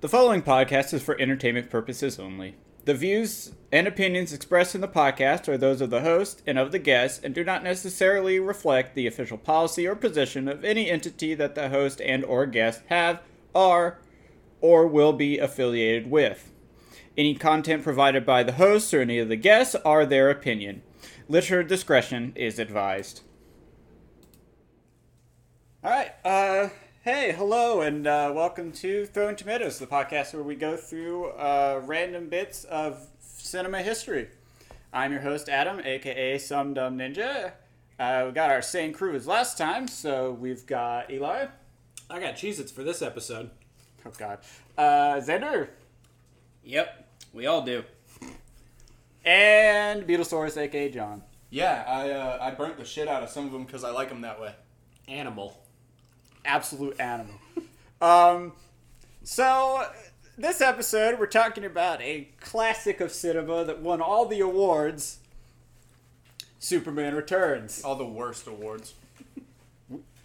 The following podcast is for entertainment purposes only. The views and opinions expressed in the podcast are those of the host and of the guests and do not necessarily reflect the official policy or position of any entity that the host and or guest have are or will be affiliated with. Any content provided by the hosts or any of the guests are their opinion. Listener discretion is advised. All right. Uh, hey, hello, and uh, welcome to Throwing Tomatoes, the podcast where we go through uh, random bits of cinema history. I'm your host, Adam, aka Some Dumb Ninja. Uh, we got our same crew as last time, so we've got Eli. I got Cheez Its for this episode. Oh, God. Uh, Xander. Yep, we all do. And Beetlesaurus, aka John. Yeah, I uh, I burnt the shit out of some of them because I like them that way. Animal. absolute animal. um, so this episode, we're talking about a classic of cinema that won all the awards. Superman Returns. All the worst awards.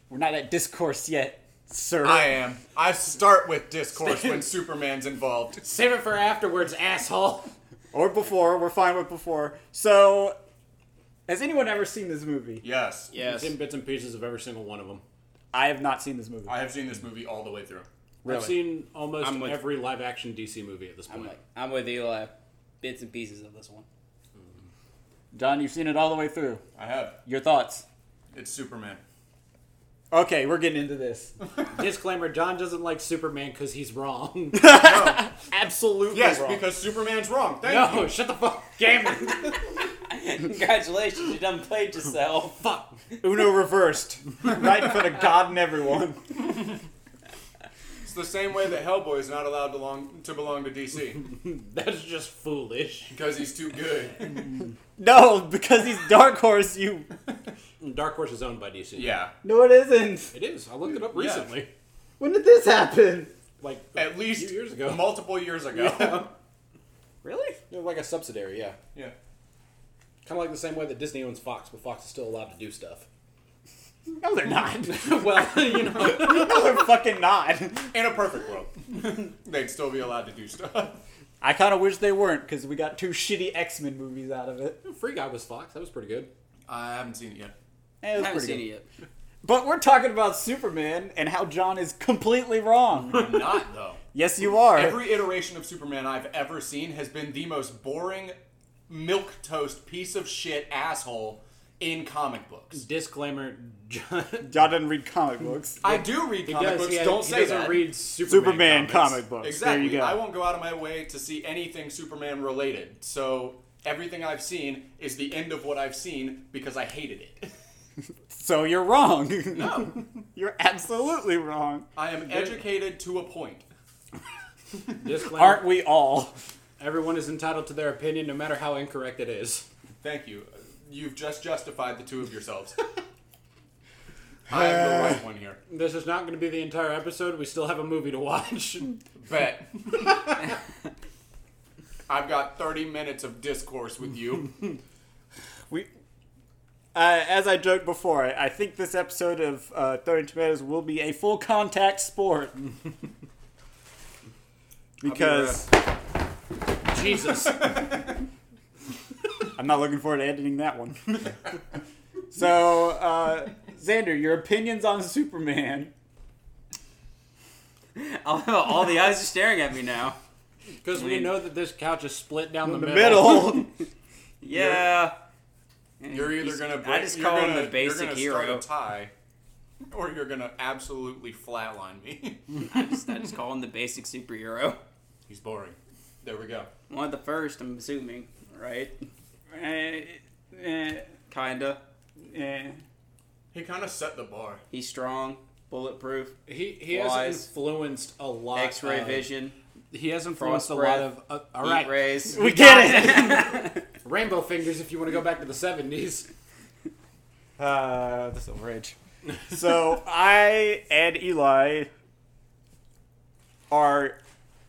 We're not at discourse yet, sir. I am. I start with discourse when Superman's involved. Save it for afterwards, asshole. Or before. We're fine with before. So, has anyone ever seen this movie? Yes. It's in bits and pieces of every single one of them. I have not seen this movie. I have seen this movie all the way through. really. I've seen almost I'm with- every live action DC movie at this I'm point. like, I'm with Eli. Bits and pieces of this one. John, you've seen it all the way through. I have. Your thoughts? It's Superman. Okay, we're getting into this. Disclaimer John doesn't like Superman because he's wrong. No. Absolutely yes, wrong. because Superman's wrong. Thank no, you. Oh, shut the fuck Damn it. Congratulations, you done played yourself. fuck. Uno reversed. right in front of God and everyone. It's the same way that Hellboy is not allowed to belong to, belong to DC That's just foolish. because he's too good. No, because he's Dark Horse, you. Dark Horse is owned by DC. Yeah. No, it isn't. It is. I looked it up Yeah. recently. When did this happen? Like At least Few years ago. multiple years ago. Yeah. Really? they're like a subsidiary, yeah. yeah. Kind of like the same way that Disney owns Fox, but Fox is still allowed to do stuff. No, they're not. well, you know. no, they're fucking not. In a perfect world, they'd still be allowed to do stuff. I kind of wish they weren't, because we got two shitty X Men movies out of it. Free Guy was Fox. That was pretty good. I haven't seen it yet. Eh, it I was haven't pretty seen good. it yet. But we're talking about Superman and how John is completely wrong. I'm not though. yes, you are. Every iteration of Superman I've ever seen has been the most boring, milk toast piece of shit asshole in comic books. Disclaimer John, John doesn't read comic books. I do read comic does, books. yeah, don't he say doesn't that. read Superman, Superman comics. comic books. exactly. There you go. I won't go out of my way to see anything Superman related. So everything I've seen is the end of what I've seen because I hated it. So you're wrong. No, you're absolutely wrong. I am educated to a point. Disclaimer: Aren't we all? Everyone is entitled to their opinion, no matter how incorrect it is. Thank you. You've just justified the two of yourselves. I am the right one here. This is not going to be the entire episode. We still have a movie to watch. Bet. I've got 30 minutes of discourse with you. We, uh, as I joked before, I, I think this episode of uh, Throwing Tomatoes will be a full contact sport. because Jesus, I'm not looking forward to editing that one. so, uh, Xander, your opinions on Superman. All, all the eyes are staring at me now. because we know that this couch is split down the, The middle. middle. Yeah. You're either He's- gonna I break- just you're call gonna, him the you're basic gonna hero. Start a tie, or you're gonna absolutely flatline me. I just, I just call him the basic superhero. He's boring. There we go. One of the first, I'm assuming, right? Eh, eh, Kinda. eh. He kind of set the bar. He's strong, bulletproof, He he has Wise. influenced a lot. X-ray of- vision, He has influenced Frost a lot breath. of. Uh, all heat right, rays. We get Rainbow Fingers. If you want to go back to the seventies, it! uh, the Silver Age. So, I and Eli are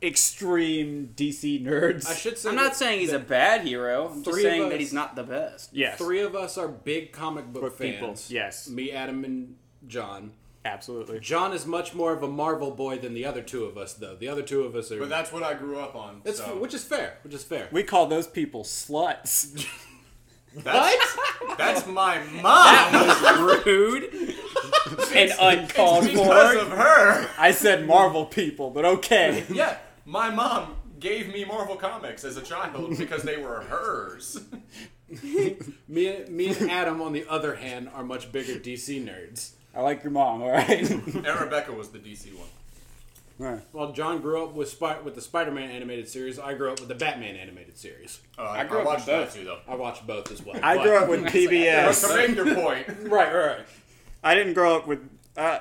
extreme DC nerds. I should say. I'm that not saying he's a bad hero. I'm just Three of saying us- that he's not the best. Yes. Three of us are big comic book Book fans. people, yes. me, Adam, and John. Absolutely. John is much more of a Marvel boy than the other two of us, though. The other two of us are. But that's what I grew up on. That's- so. which is fair. Which is fair. We call those people sluts. that's, that's my mom. rude. and uncalled for. because of her. I said Marvel people, but okay. Yeah, my mom gave me Marvel comics as a child because they were hers. me, me and Adam, on the other hand, are much bigger DC nerds. I like your mom, all right? And Rebecca was the DC one. All right. While John grew up with Spy- with the Spider-Man animated series, I grew up with the Batman animated series. Uh, I, grew up watched with that both. too, though. I watched both as well. I but- grew up with But to PBS. make your point, Right, right, right. I didn't grow up with. Uh,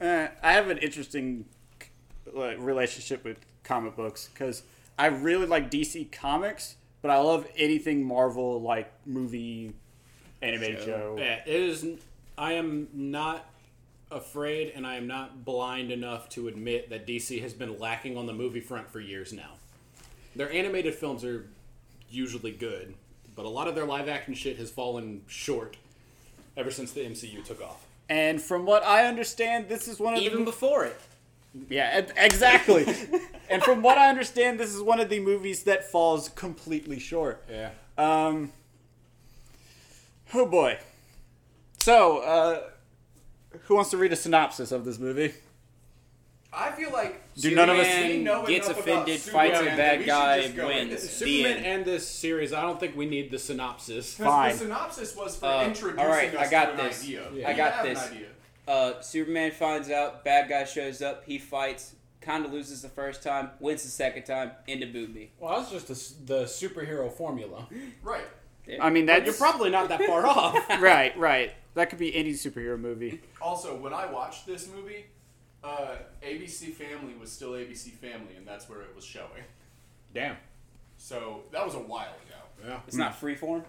uh, I have an interesting like, relationship with comic books because I really like DC comics, but I love anything Marvel, like movie, animated show. Yeah, it is. I am not afraid, and I am not blind enough to admit that DC has been lacking on the movie front for years now. Their animated films are usually good, but a lot of their live action shit has fallen short ever since the MCU took off. And from what I understand, this is one of Even the before it. yeah e- exactly. and from what I understand, this is one of the movies that falls completely short. Yeah. Um, oh boy. So, uh, who wants to read a synopsis of this movie? I feel like Do none of us- Superman- we know gets enough offended, about fights Superman a that we should bad guy, just go in. wins. The Superman end. and this series, I don't think we need the synopsis. Fine. The synopsis was for Uh, introducing all right, us I got to an this. idea. Yeah. We I got have an this. idea. Uh, Superman finds out, bad guy shows up, he fights, kind of loses the first time, wins the second time, end of movie. Well, that's just the, the superhero formula. Right. I mean, that's You're probably not that far off. right, right. That could be any superhero movie. Also, when I watched this movie, uh, ABC Family was still ABC Family, and that's where it was showing. Damn. So that was a while ago. Yeah. It's not freeform.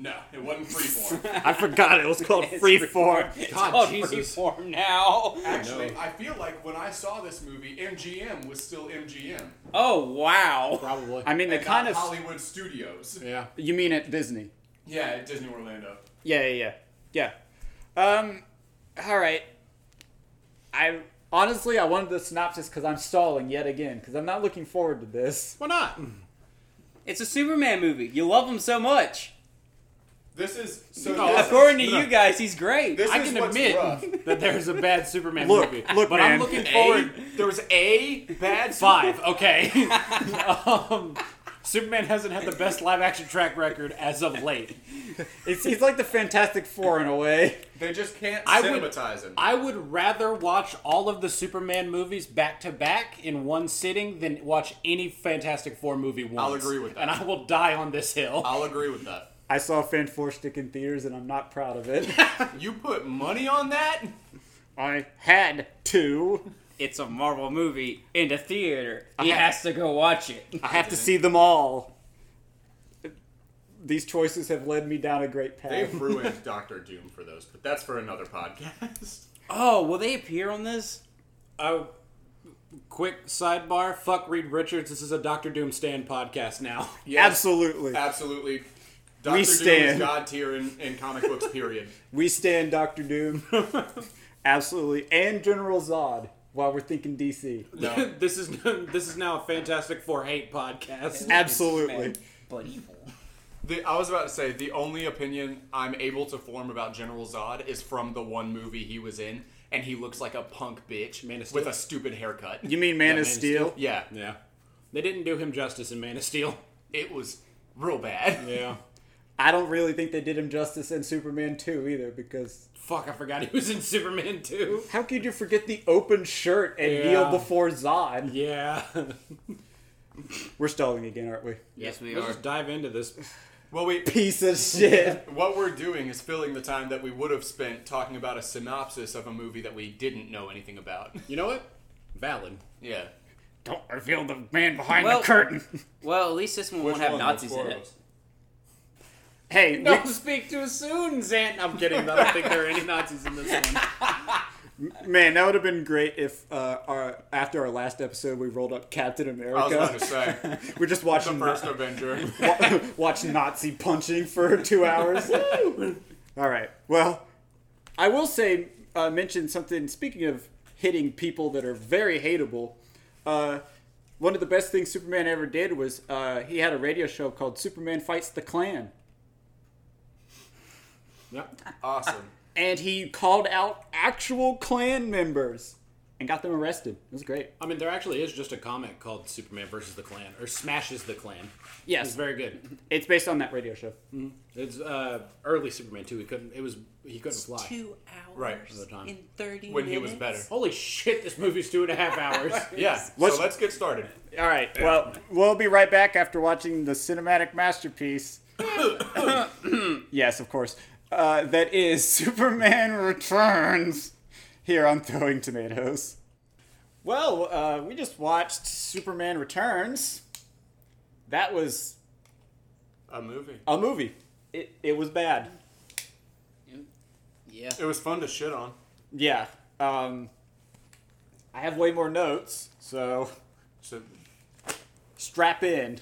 No, it wasn't freeform. I forgot it was called It's Freeform. It's God, called Jesus. freeform now. Actually, No. I feel like when I saw this movie, MGM was still MGM. Oh wow. Probably. I mean, the and not kind of Hollywood Studios. yeah. you mean at Disney? Yeah, at Disney Orlando. Yeah, yeah, yeah, yeah. Um, all right. I honestly I wanted the synopsis because I'm stalling yet again because I'm not looking forward to this. Why not? It's a Superman movie. You love him so much. This is so. Oh, No, this, According to you guys, he's great. this I is can what's admit rough. that there's a bad Superman Look, movie. look, but man. I'm looking forward. There was a bad Five, okay. um, Superman hasn't had the best live action track record as of late. It's he's like the Fantastic Four in a way. They just can't I would- cinematize him. I would rather watch all of the Superman movies back to back in one sitting than watch any Fantastic Four movie once. I'll agree with that. And I will die on this hill. I'll agree with that. I saw Fan Four Stick in theaters and I'm not proud of it. You put money on that? I had to. it's a Marvel movie in the theater. He I- has to go watch it. I have to see them all. These choices have led me down a great path. Oh. They've ruined Doctor Doom for those, but that's for another podcast. Oh, will they appear on this? I, quick sidebar fuck Reed Richards. This is a Doctor Doom stand podcast now. Absolutely. Absolutely. Doctor Doom stand. is god tier in, in comic books, period. We stand Doctor Doom. Absolutely. And General Zod while we're thinking DC. No. this is this is now a Fantastic Four hate podcast. Absolutely. Man, But evil. The, I was about to say the only opinion I'm able to form about General Zod is from the one movie he was in, and he looks like a punk bitch Man of Steel. with a stupid haircut. You mean Man Yeah, of Man of Steel? Steel. Yeah, Yeah, they didn't do him justice in Man of Steel. it was real bad. Yeah, I don't really think they did him justice in Superman 2 either because fuck, I forgot he was in Superman too. how could you forget the open shirt and Yeah. kneel before Zod? Yeah, We're stalling again, aren't we? Yes, we let's are. just dive into this. Well, we Piece of shit. what we're doing is filling the time that we would have spent talking about a synopsis of a movie that we didn't know anything about. You know what? Valid. Yeah, don't reveal the man behind Well- the curtain. Well, at least this one won't have Nazis in it. Hey, Don't speak too soon, Zant. I'm kidding. I don't think there are any Nazis in this one. Man, that would have been great if uh, our after our last episode we rolled up Captain I was about America. to say. We're just the watching first na- Avenger. wa- watch Nazi punching for two hours. All right. Well, I will say uh, mention something. Speaking of hitting people that are very hateable, uh, one of the best things Superman ever did was uh, he had a radio show called Superman Fights the Klan. Yep. Awesome. And he called out actual Klan members and got them arrested. It was great. I mean, there actually is just a comic called Superman versus the Klan or Smashes the Klan. Yes, It's very good. it's based on that radio show. It's uh, early Superman too. He couldn't. It was he couldn't fly. Two hours Right. the time. in 30 When minutes. he was better. Holy shit! This movie's two and a half hours. Yeah. Let's- so let's get started. All right. Well, we'll be right back after watching the cinematic masterpiece. yes, of course. Uh, that is Superman Returns here on Throwing Tomatoes. Well, uh, we just watched Superman Returns. That was A movie. a movie. It, it was bad. Yeah. It was fun to shit on. Yeah. Um, I have way more notes, so So strap in.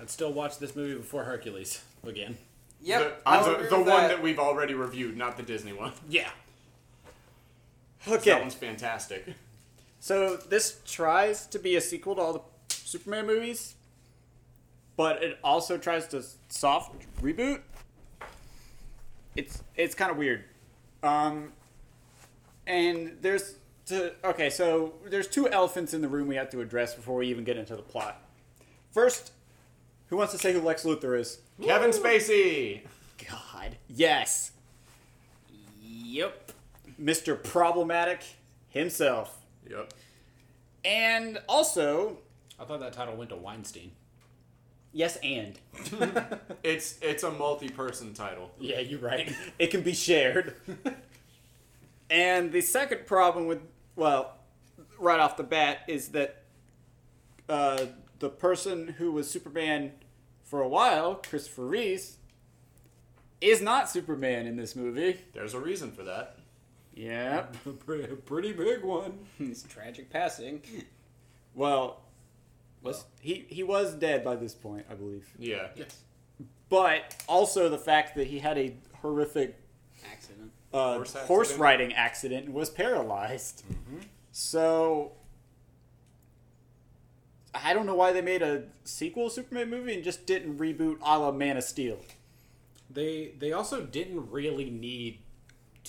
I'd still watch this movie before Hercules again. Yep. the, I would the- agree the one with that. we've already reviewed, not the Disney one. Yeah. Okay. That one's fantastic. So this tries to be a sequel to all the Superman movies, but it also tries to soft reboot. It's it's kind of weird. Um, and there's to, okay, so there's two elephants in the room we have to address before we even get into the plot. First, who wants to say who Lex Luthor is? Kevin Spacey. God, yes, Yep. Mr. Problematic himself, Yep. and also I thought that title went to Weinstein. yes, and It's it's a multi-person title. Yeah, you're right. it can be shared. and the second problem with, well, right off the bat is that uh, the person who was Superman for a while, Christopher Reese, is not Superman in this movie. There's a reason for that. Yep. pretty, pretty big one. It's tragic passing. Well, was he he was dead by this point, I believe. Yeah. But also the fact that he had a horrific Accident. uh, Horse accident. Mm-hmm. horse riding accident and was paralyzed. So I don't know why they made a sequel Superman movie and just didn't reboot a la Man of Steel. They they also didn't really need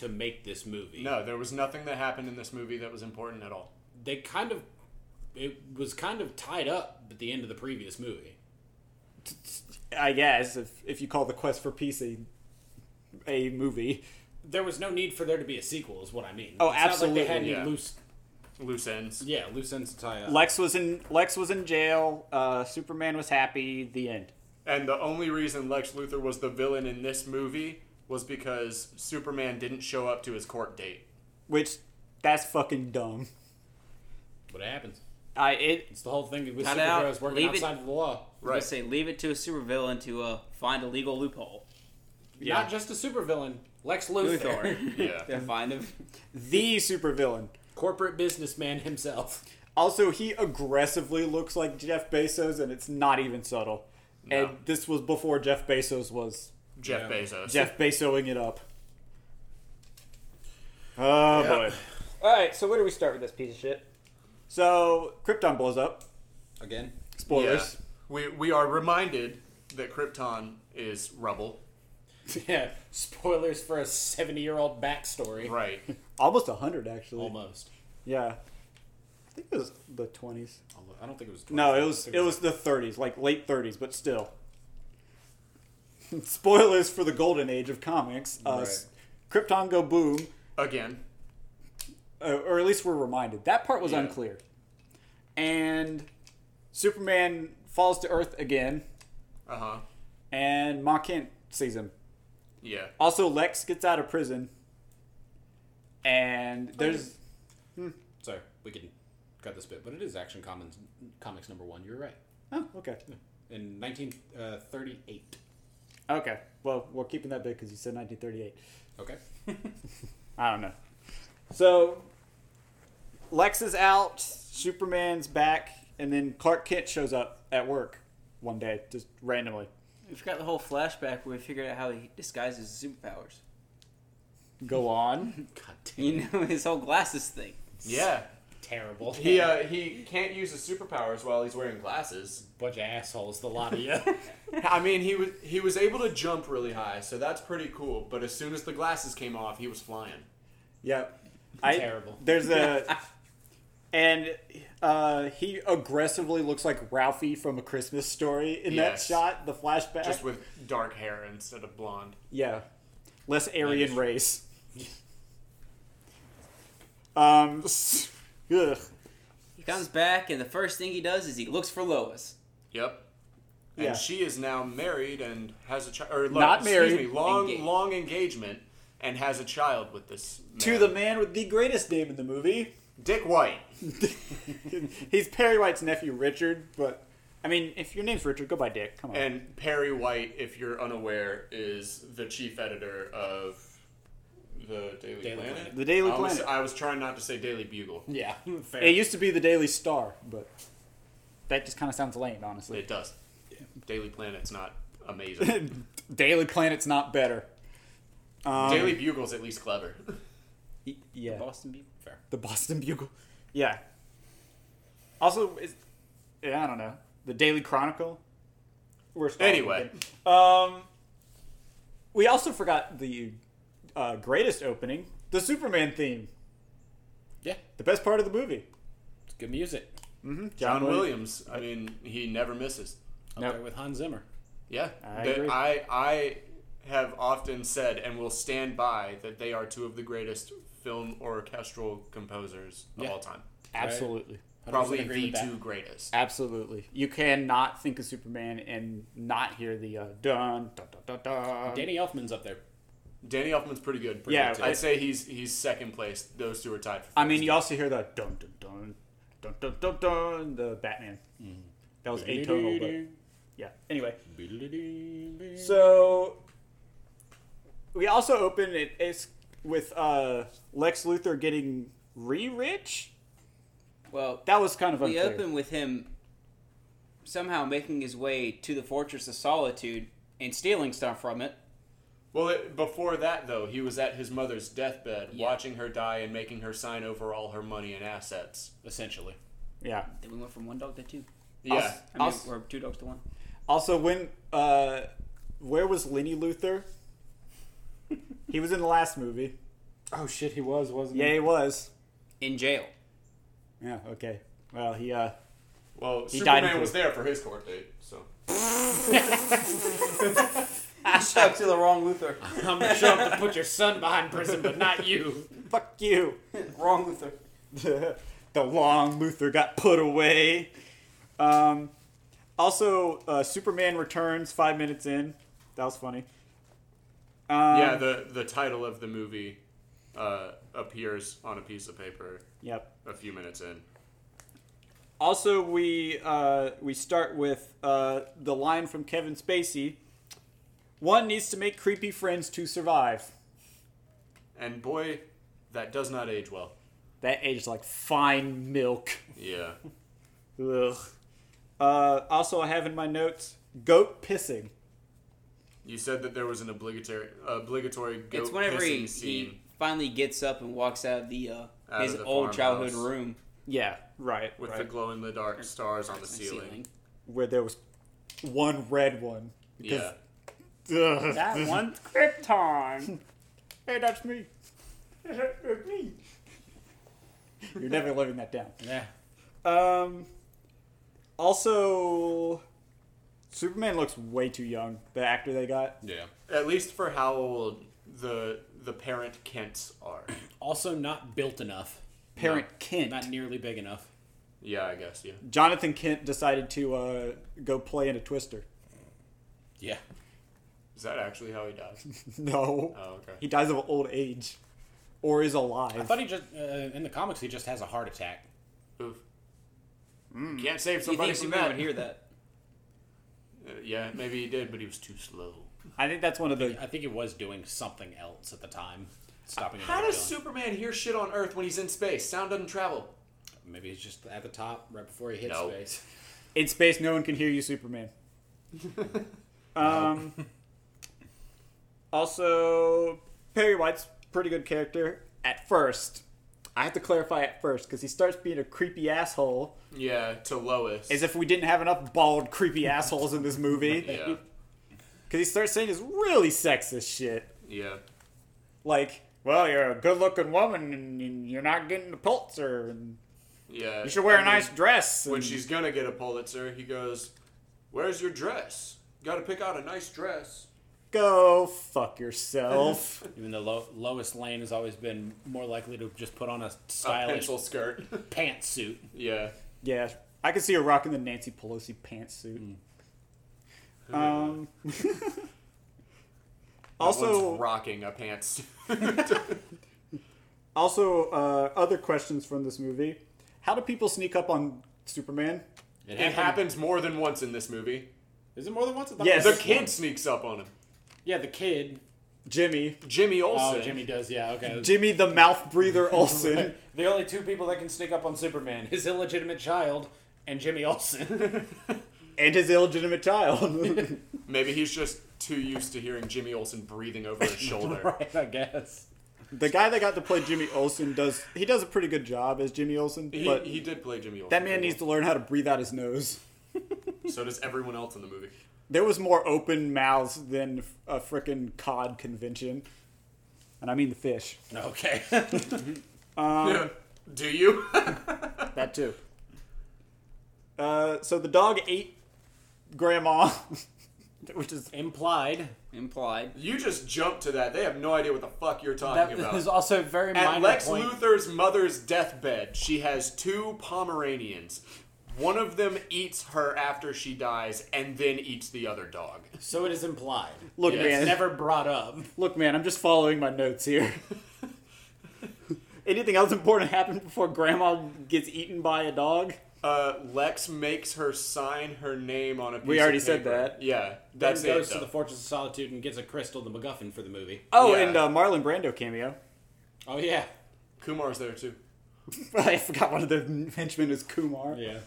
to make this movie. No, there was nothing that happened in this movie that was important at all. They kind of it was kind of tied up at the end of the previous movie. I guess if if you call the Quest for Peace a a movie, There was no need for there to be a sequel, is what I mean. Oh, It's not like they had absolutely, any yeah. loose Loose ends. yeah loose ends to tie up. Uh-huh. Lex was in Lex was in jail. Uh, Superman was happy. The end. And the only reason Lex Luthor was the villain in this movie was because Superman didn't show up to his court date. Which that's fucking dumb. But it happens. I it It's the whole thing with Cut superheroes out. working Leave it. outside of the law. I say leave it to a supervillain to uh, find a legal loophole. Not just a supervillain. Lex Luthor, Luthor. Yeah. to find him. the supervillain. corporate businessman himself. Also, he aggressively looks like Jeff Bezos, and it's not even subtle. And this was before Jeff Bezos was Jeff Yeah. Bezos. Jeff Bezoing it up. Oh boy! All right, so where do we start with this piece of shit? So Krypton blows up. Again. Yeah. Spoilers. We we are reminded that Krypton is rubble. Yeah. Spoilers for a seventy-year-old backstory. Right. Almost Almost hundred, actually. Almost. Yeah, I think it was the twenties. Although, I don't think it was. 20, No, it was it was the thirties, like late thirties, but still. Spoilers for the golden age of comics. Uh, s- Krypton go boom. Again. uh, or at least we're reminded. That part was Yeah. unclear. And Superman falls to Earth again, Uh huh. and Ma Kent sees him. Yeah. Also, Lex gets out of prison, and there's Sorry, we can cut this bit, but it is Action Commons, Comics number one. You're right. oh okay, In uh, 1938. okay. Well, we're keeping that bit because you said 1938. Okay. I don't know. So Lex is out, Superman's back, and then Clark Kent shows up at work one day, just randomly. We've got the whole flashback where we figured out how he disguises his superpowers. Go on. God damn. You know his whole glasses thing. Yeah. Terrible. He uh, he can't use his superpowers while he's wearing glasses. Bunch of assholes, the lot of you. I mean, he was he was able to jump really high, so that's pretty cool. But as soon as the glasses came off, he was flying. Yep. I, Terrible. There's a. And uh, he aggressively looks like Ralphie from A Christmas Story in Yes. that shot, the flashback. Just with dark hair instead of blonde. Yeah. Less Aryan Nice. race. um. s- Ugh. He comes back, and the first thing he does is he looks for Lois. Yep. And Yeah. she is now married and has a child. Or Not excuse married. me, long Engaged. long engagement and has a child with this To man. the man with the greatest name in the movie. Dick White. He's Perry White's nephew, Richard. But I mean, if your name's Richard, go by Dick. Come on. And Perry White, if you're unaware, is the chief editor of the Daily, Daily Planet. Planet. The Daily I was- Planet. I was trying not to say Daily Bugle. yeah. Fair. It used to be the Daily Star, but that just kind of sounds lame, honestly. It does. Daily Planet's not amazing. Daily Planet's not better. Um, Daily Bugle's at least clever. y- yeah. Boston Beaver. Fair. The Boston Bugle. Yeah. Also, is yeah, I don't know. The Daily Chronicle. We're stalling Anyway. again. Um, we also forgot the uh, greatest opening, the Superman theme, Yeah, the best part of the movie. it's good music. Mm-hmm. John Williams. I mean, he never misses. Up Nope. there with Hans Zimmer. Yeah, I They- agree. I I have often said and will stand by that they are two of the greatest film orchestral composers of Yeah. all time. Absolutely, I don't Probably agree the with that. two greatest. absolutely. You cannot think of Superman and not hear the uh, dun dun dun dun. dun. Danny Elfman's up there. Danny Elfman's pretty good. Pretty Yeah, good, too. I- I'd say he's he's second place. Those two are tied. For I mean, first. you also hear the dun dun dun dun dun dun dun. The Batman. That was atonal, but yeah. Anyway, So we also open it it's with uh, Lex Luthor getting re-rich. Well, That was kind of we unclear. open with him somehow making his way to the Fortress of Solitude and stealing stuff from it. well, it, before that though, he was at his mother's deathbed, Yeah. watching her die and making her sign over all her money and assets. essentially. yeah. Then we went from one dog to two. Yeah, Also- I mean, Also- or two dogs to one. Also, when uh, where was Lenny Luthor? he was in the last movie. Oh shit, he was, wasn't Yeah, he was. In jail. Yeah. Okay. Well, he uh, died well, in Superman prison. was there for his court date, so I stuck to the wrong Luther. I'm gonna show up to put your son behind prison, but not you. fuck you. wrong Luther. the long Luther got put away. Um, also, uh, Superman returns five minutes in. That was funny. Um, yeah. The the title of the movie uh, appears on a piece of paper yep. a few minutes in. Also, we uh, we start with uh, the line from Kevin Spacey: "One needs to make creepy friends to survive." And boy, that does not age well. That aged like fine milk. Yeah. Ugh. Uh, also, I have in my notes goat pissing. You said that there was an obligatory obligatory goat It's whenever pissing he, scene, he finally gets up and walks out of the uh, Out his of the old childhood farmhouse. room Yeah, right. with the right. glow in the dark stars on the ceiling. Where there was one red one. Yeah. that one Krypton. hey, that's me. That's me. You're never living that down. Yeah. Um. Also, Superman looks way too young. The actor they got. Yeah. At least for how old the the parent Kents are. Also not built enough. Parent Kent. Not nearly big enough. yeah, I guess. Yeah. Jonathan Kent decided to uh, go play in a Twister. Yeah. Is that actually how he dies? No. Oh, okay. He dies of old age, or is I alive. thought he just uh, in the comics he just has a heart attack. Oof. Can't save You somebody think from Superman that. would hear that? Uh, yeah, maybe he did, but he was too slow. I think that's one of the. I think he was doing something else at the time. Stopping How another does villain. Superman hear shit on Earth when he's in space? Sound doesn't travel. Maybe he's just at the top right before he hits No. space. In space, no one can hear you, Superman. um. Also, Perry White's pretty good character at first. I have to clarify at first because he starts being a creepy asshole. Yeah, to Lois. As if we didn't have enough bald, creepy assholes in this movie. Because yeah, he starts saying this really sexist shit. yeah. Like, well, you're a good looking woman and and you're not getting the Pulitzer. And Yeah. you should wear I a mean, nice dress. When and- she's gonna get a Pulitzer, he goes, "Where's your dress? Got to pick out a nice dress." Go fuck yourself. Even though Lo- Lois Lane has always been more likely to just put on a stylish pencil skirt. pantsuit. yeah. yeah, I could see her rocking the Nancy Pelosi pantsuit. Hmm. Um. That also, one's rocking a pants. Also, uh, other questions from this movie: How do people sneak up on Superman? It it happened. happens more than once in this movie. Is it more than once? I thought Yes. it The was just kid once. sneaks up on him. Yeah, the kid. Jimmy, Jimmy Oh, Olsen. Jimmy does. Yeah, okay. Jimmy the mouth breather Olsen. The only two people that can sneak up on Superman: his illegitimate child and Jimmy Olsen. and his illegitimate child. Maybe he's just too used to hearing Jimmy Olsen breathing over his shoulder. right, I guess. the guy that got to play Jimmy Olsen does he does a pretty good job as Jimmy Olsen, He, but he did play Jimmy Olsen. that man needs to learn how to breathe out his nose. So does everyone else in the movie. There was more open mouths than a frickin' cod convention, and I mean the fish. Okay. Um, Do you? That too. Uh, so the dog ate Grandma, which is Implied. Implied. you just jumped to that. They have no idea what the fuck you're talking That about. is also very At minor Lex point. Luthor's mother's deathbed, she has two Pomeranians. One of them eats her after she dies and then eats the other dog. So it is implied. Look, Yeah, man. It's never brought up. Look, man, I'm just following my notes here. Anything else important happened before Grandma gets eaten by a dog? Uh, Lex makes her sign her name on a piece We already of said paper. that. Yeah, that's then goes it. to the though. Fortress of Solitude and gets a crystal, the MacGuffin for the movie. Oh, Yeah. and uh, Marlon Brando cameo. Oh yeah, Kumar's there too. I forgot one of the henchmen is Kumar. yeah.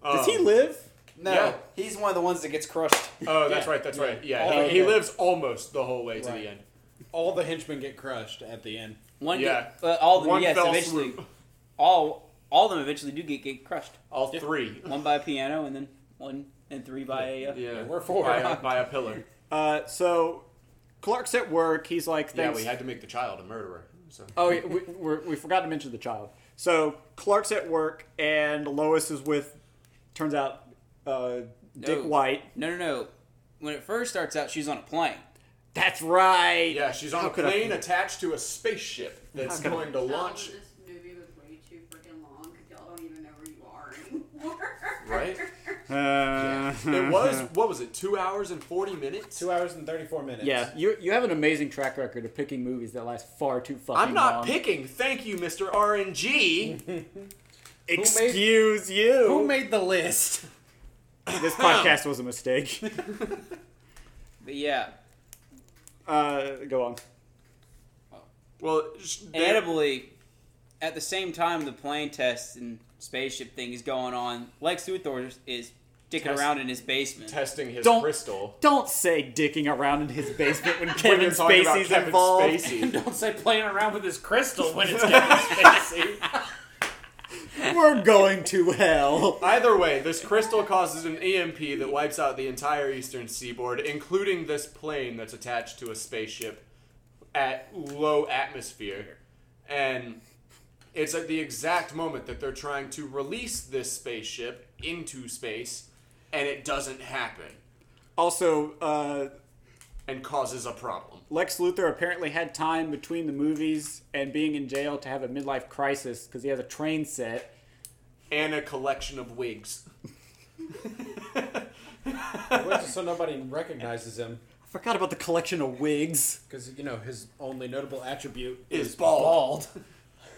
Does he Um, live? No, Yeah. he's one of the ones that gets crushed. Oh, that's Yeah. right. That's right. Yeah, All he, the way he down. lives almost the whole way to Right. the end. All the henchmen get crushed at the end. One Yeah. get- uh, all of them, One yes, fell eventually. swoop. All all of them eventually do get, get crushed. All three. One by a piano, and then one and three by a. Uh, Yeah, we're four. by a, by a pillar. Uh, so Clark's at work. He's like, yeah, Thanks. we had to make the child a murderer. So. Oh, yeah, we, we're, we forgot to mention the child. So Clark's at work, and Lois is with. Turns out, uh, Dick No. White. No, no, no. When it first starts out, she's on a plane. That's right. Yeah, she's on How a could I- plane attached to a spaceship that's could I- going to Tell launch. them This movie was way too freaking long because y'all don't even know where you are anymore. Right? Uh, It was what was it? Two hours and forty minutes. Two hours and thirty-four minutes. Yeah, you you have an amazing track record of picking movies that last far too fucking I'm not long. picking. Thank you, Mr. RNG. Excuse you. Who made the list? this podcast was a mistake. But yeah, Uh, go on. well, sh- they- inevitably, at the same time the plane test and spaceship thing is going on, Lex Luthor is- is dicking Test- around in his basement. testing his Don't- crystal. Don't say dicking around in his basement when We're Kevin talking about Spacey's Kevin involved. Spacey. Don't say playing around with his crystal when it's Kevin Spacey. We're going to hell. Either way, this crystal causes an EMP that wipes out the entire eastern seaboard, including this plane that's attached to a spaceship at low atmosphere. And it's at the exact moment that they're trying to release this spaceship into space, and it doesn't happen Also, uh, and causes a problem. Lex Luthor apparently had time between the movies and being in jail to have a midlife crisis because he has a train set. And a collection of wigs. Which is so nobody recognizes him I forgot about the collection of wigs. because you know his only notable attribute Is is, bald. bald.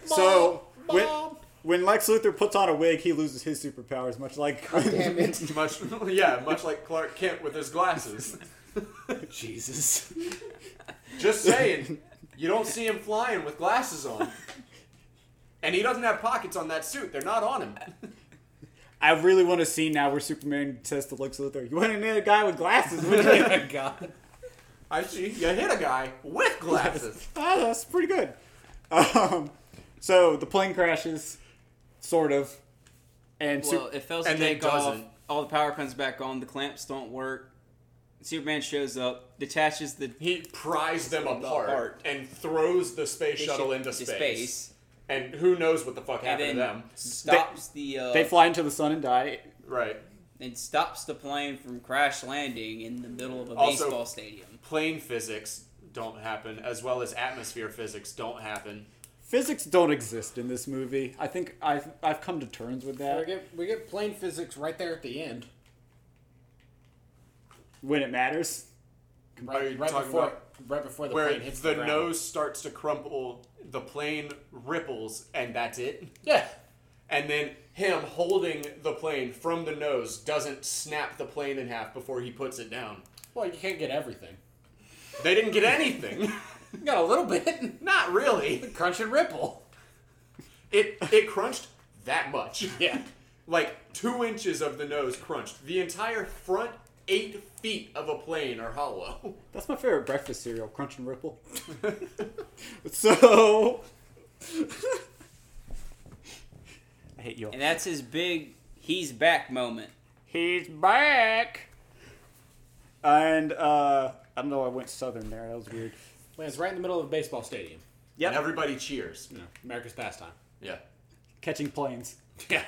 so, when, Bald. when Lex Luthor puts on a wig, he loses his superpowers, much like Damn it. Much, yeah, much like Clark Kent with his glasses. Jesus. Just saying. You don't see him flying with glasses on. And he doesn't have pockets on that suit. They're not on him. I really want to Oh see now where Superman says to Lex Luthor, "You want to need a guy with glasses?" wouldn't you?" God. I see you hit a guy with glasses. Ah, that's pretty good. Um, so the plane crashes, sort of, and Sup- Well, it fails and to then take off. doesn't. All the power comes back on. The clamps don't work. Superman shows up, detaches the He pries them apart, Apart. and throws the space shuttle ship into to space. And who knows what the fuck and happened then to them? stops the uh, they fly into the sun and die. Right. and stops the plane from crash landing in the middle of a Also- baseball stadium. Plane physics don't happen, as well as atmosphere physics don't happen. Physics don't exist in this movie. I think I've I've come to terms with We that. get we get plane physics right there at the end. When it matters, Are Right, you right talking before about right before the Where plane hits the, ground. nose starts to crumple, the plane ripples, and that's it. Yeah. And then him holding the plane from the nose doesn't snap the plane in half before he puts it down. Well, you can't get everything. They didn't get anything. You got a little bit. Not really. Crunch and ripple. It it crunched that much. Yeah. Like two inches of the nose crunched. The entire front eight feet of a plane are hollow. that's my favorite breakfast cereal, Crunch and Ripple. so, I hate you. all. And that's his big he's back moment. He's back. And uh, I don't know. I went southern there. That was weird. Lands right in the middle of a baseball stadium. Yep. And everybody cheers. You know, America's pastime. Yeah. Catching planes. Yeah.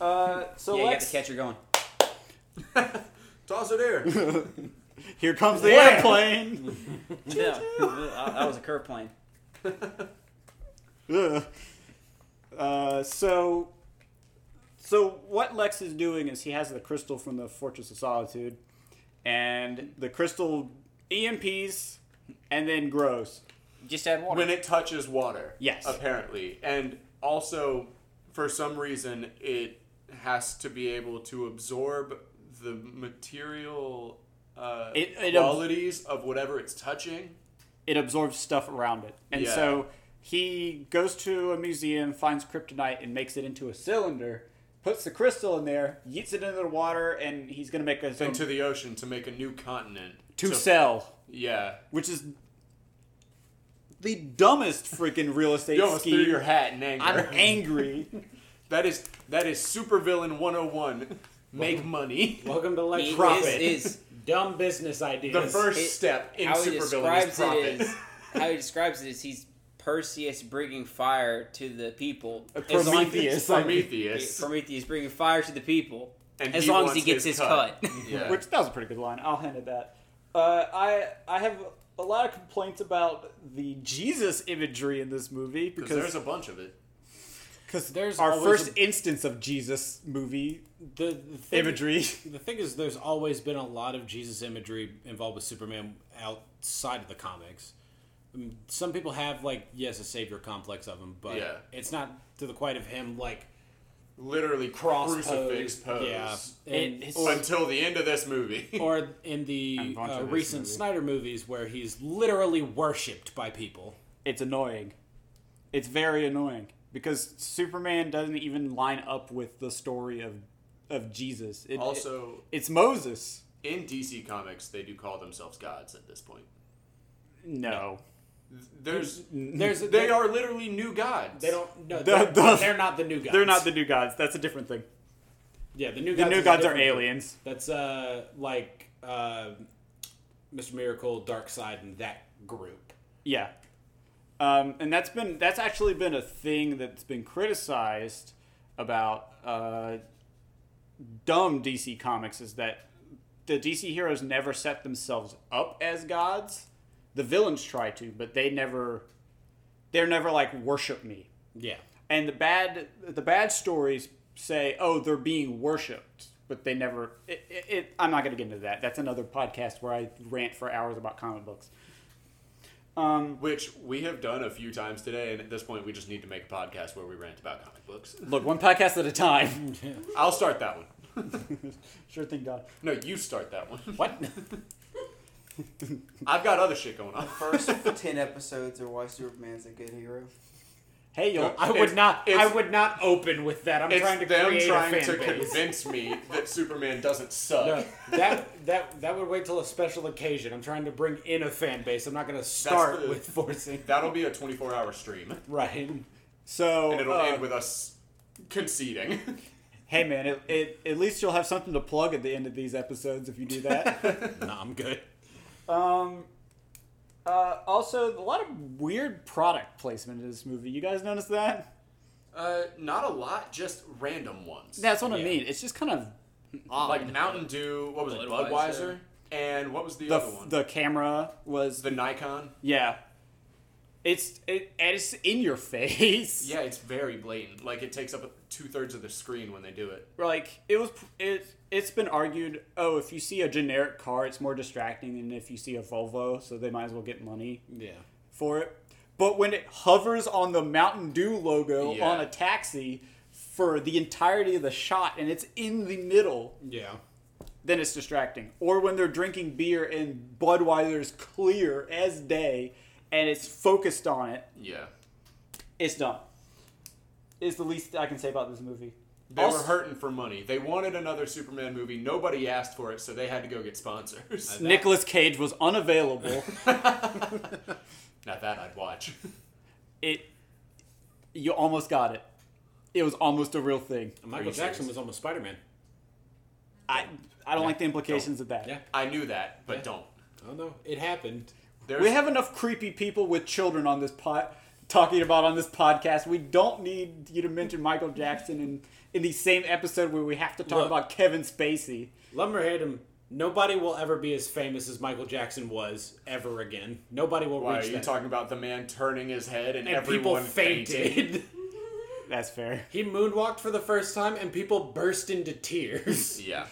Uh, so yeah, you got the let's. catcher going. Toss it there. Here comes the Yeah. airplane. Yeah. that was a curve plane. Ugh. uh, so, so what Lex is doing is he has the crystal from the Fortress of Solitude, and the crystal EMPs, and then grows. Just add water. when it touches water. Yes. Apparently. And also, for some reason, it has to be able to absorb the material uh, It- it ab- qualities of whatever it's touching. It absorbs stuff around it, and Yeah. so he goes to a museum, finds kryptonite, and makes it into a cylinder. Puts the crystal in there, yeets it into the water, and he's gonna make a Into the ocean to make a new continent. to So- sell. Yeah. which is the dumbest freaking real estate You almost scheme. threw your hat in anger. I'm angry. That is that is supervillain 101. Make money. Welcome to He like profit. is, is dumb business ideas. The first It- step in how he supervillain is describes it profit. is how he describes it is he's Perseus bringing fire to the people. A As long as- Prometheus. Prometheus. Prometheus bringing fire to the people. And as long as wants he gets his, cut. Yeah. Which that was a pretty good line. I'll hand it that. Uh, I I have a lot of complaints about the Jesus imagery in this movie Because there's because a bunch of it. because there's our always first a- instance of Jesus movie the, the thing, imagery. The thing is, there's always been a lot of Jesus imagery involved with Superman outside of the comics. I mean, some people have like yes a savior complex of him, but Yeah. it's not to the quite of him like literally cross crucifix pose, Yeah, It- and, it's- or, until the end of this movie. or in I'm the drawn to uh, this recent movie. Snyder movies where he's literally worshipped by people. It's annoying. It's very annoying because Superman doesn't even line up with the story of of Jesus. It- it- also, it's Moses. in DC Comics, they do call themselves gods at this point. No. There's, There's they, they, are literally new gods. they don't no The- they're, the- they're not the new gods. They're not the new gods. That's a different thing. yeah the new The gods new is a gods are different group. aliens. That's uh like uh, Mr. Miracle, Dark Side, and that group. Yeah. Um, and that's been that's actually been a thing that's been criticized about uh, dumb DC comics is that the DC heroes never set themselves up as gods. The villains try to, but they never they're never like worship me. Yeah. And the bad the bad stories say, "Oh, they're being worshipped," but they never. It, it, it, I'm not going to get into that. That's another podcast where I rant for hours about comic books. Um, Which we have done a few times today, and at this point, we just need to make a podcast where we rant about comic books. look, one podcast at a time. I'll start that one. sure thing, God. No, you start that one. What? I've got other shit going on. First ten episodes are why Superman's a good hero. Hey, yo, No, I it's- would not. I it's- would not open with that. I'm it's trying to them create trying a fan to base. convince me that Superman doesn't suck. No, that that that would wait till a special occasion. I'm trying to bring in a fan base. I'm not going to start the- with forcing. That'll be a 24 hour stream, Right. So and it'll uh, end with us conceding. hey man, it, it, at least you'll have something to plug at the end of these episodes if you do that. No, I'm good. Um, uh, also, a lot of weird product placement in this movie. You guys notice that? uh, not a lot, just random ones. That's what I Yeah. mean. It's just kind of odd. like Mountain Dew, what was it, Budweiser, Budweiser. and what was the, the other one? the camera was the Nikon. yeah. It's it and it's in your face. Yeah, it's very blatant. Like it takes up two thirds of the screen when they do it. Like it was it it's been argued. Oh, if you see a generic car, it's more distracting than if you see a Volvo. So they might as well get money Yeah. for it. But when it hovers on the Mountain Dew logo Yeah. on a taxi for the entirety of the shot and it's in the middle, Yeah. then it's distracting. Or when they're drinking beer and Budweiser is clear as day and it's focused on it, Yeah, it's dumb. It's the least I can say about this movie. they Also- were hurting for money. They wanted another Superman movie. Nobody asked for it, so they had to go get sponsors. That- Nicolas Cage was unavailable. Not that I'd watch. it you almost got it. It was almost a real thing. Michael you Jackson serious? was almost Spider Man. I I don't like the implications of that. Yeah. I knew that, but Yeah. don't. Oh no, it happened. There's, We have enough creepy people with children on this pot talking about on this podcast. We don't need you to mention Michael Jackson in in the same episode where we have to talk Look. about Kevin Spacey. Lumber hate him. um, Nobody will ever be as famous as Michael Jackson was ever again. Nobody will Why are reach you that. talking about the man turning his head and, and people everyone fainting? fainted. That's fair. he moonwalked for the first time, and people burst into tears. Yeah.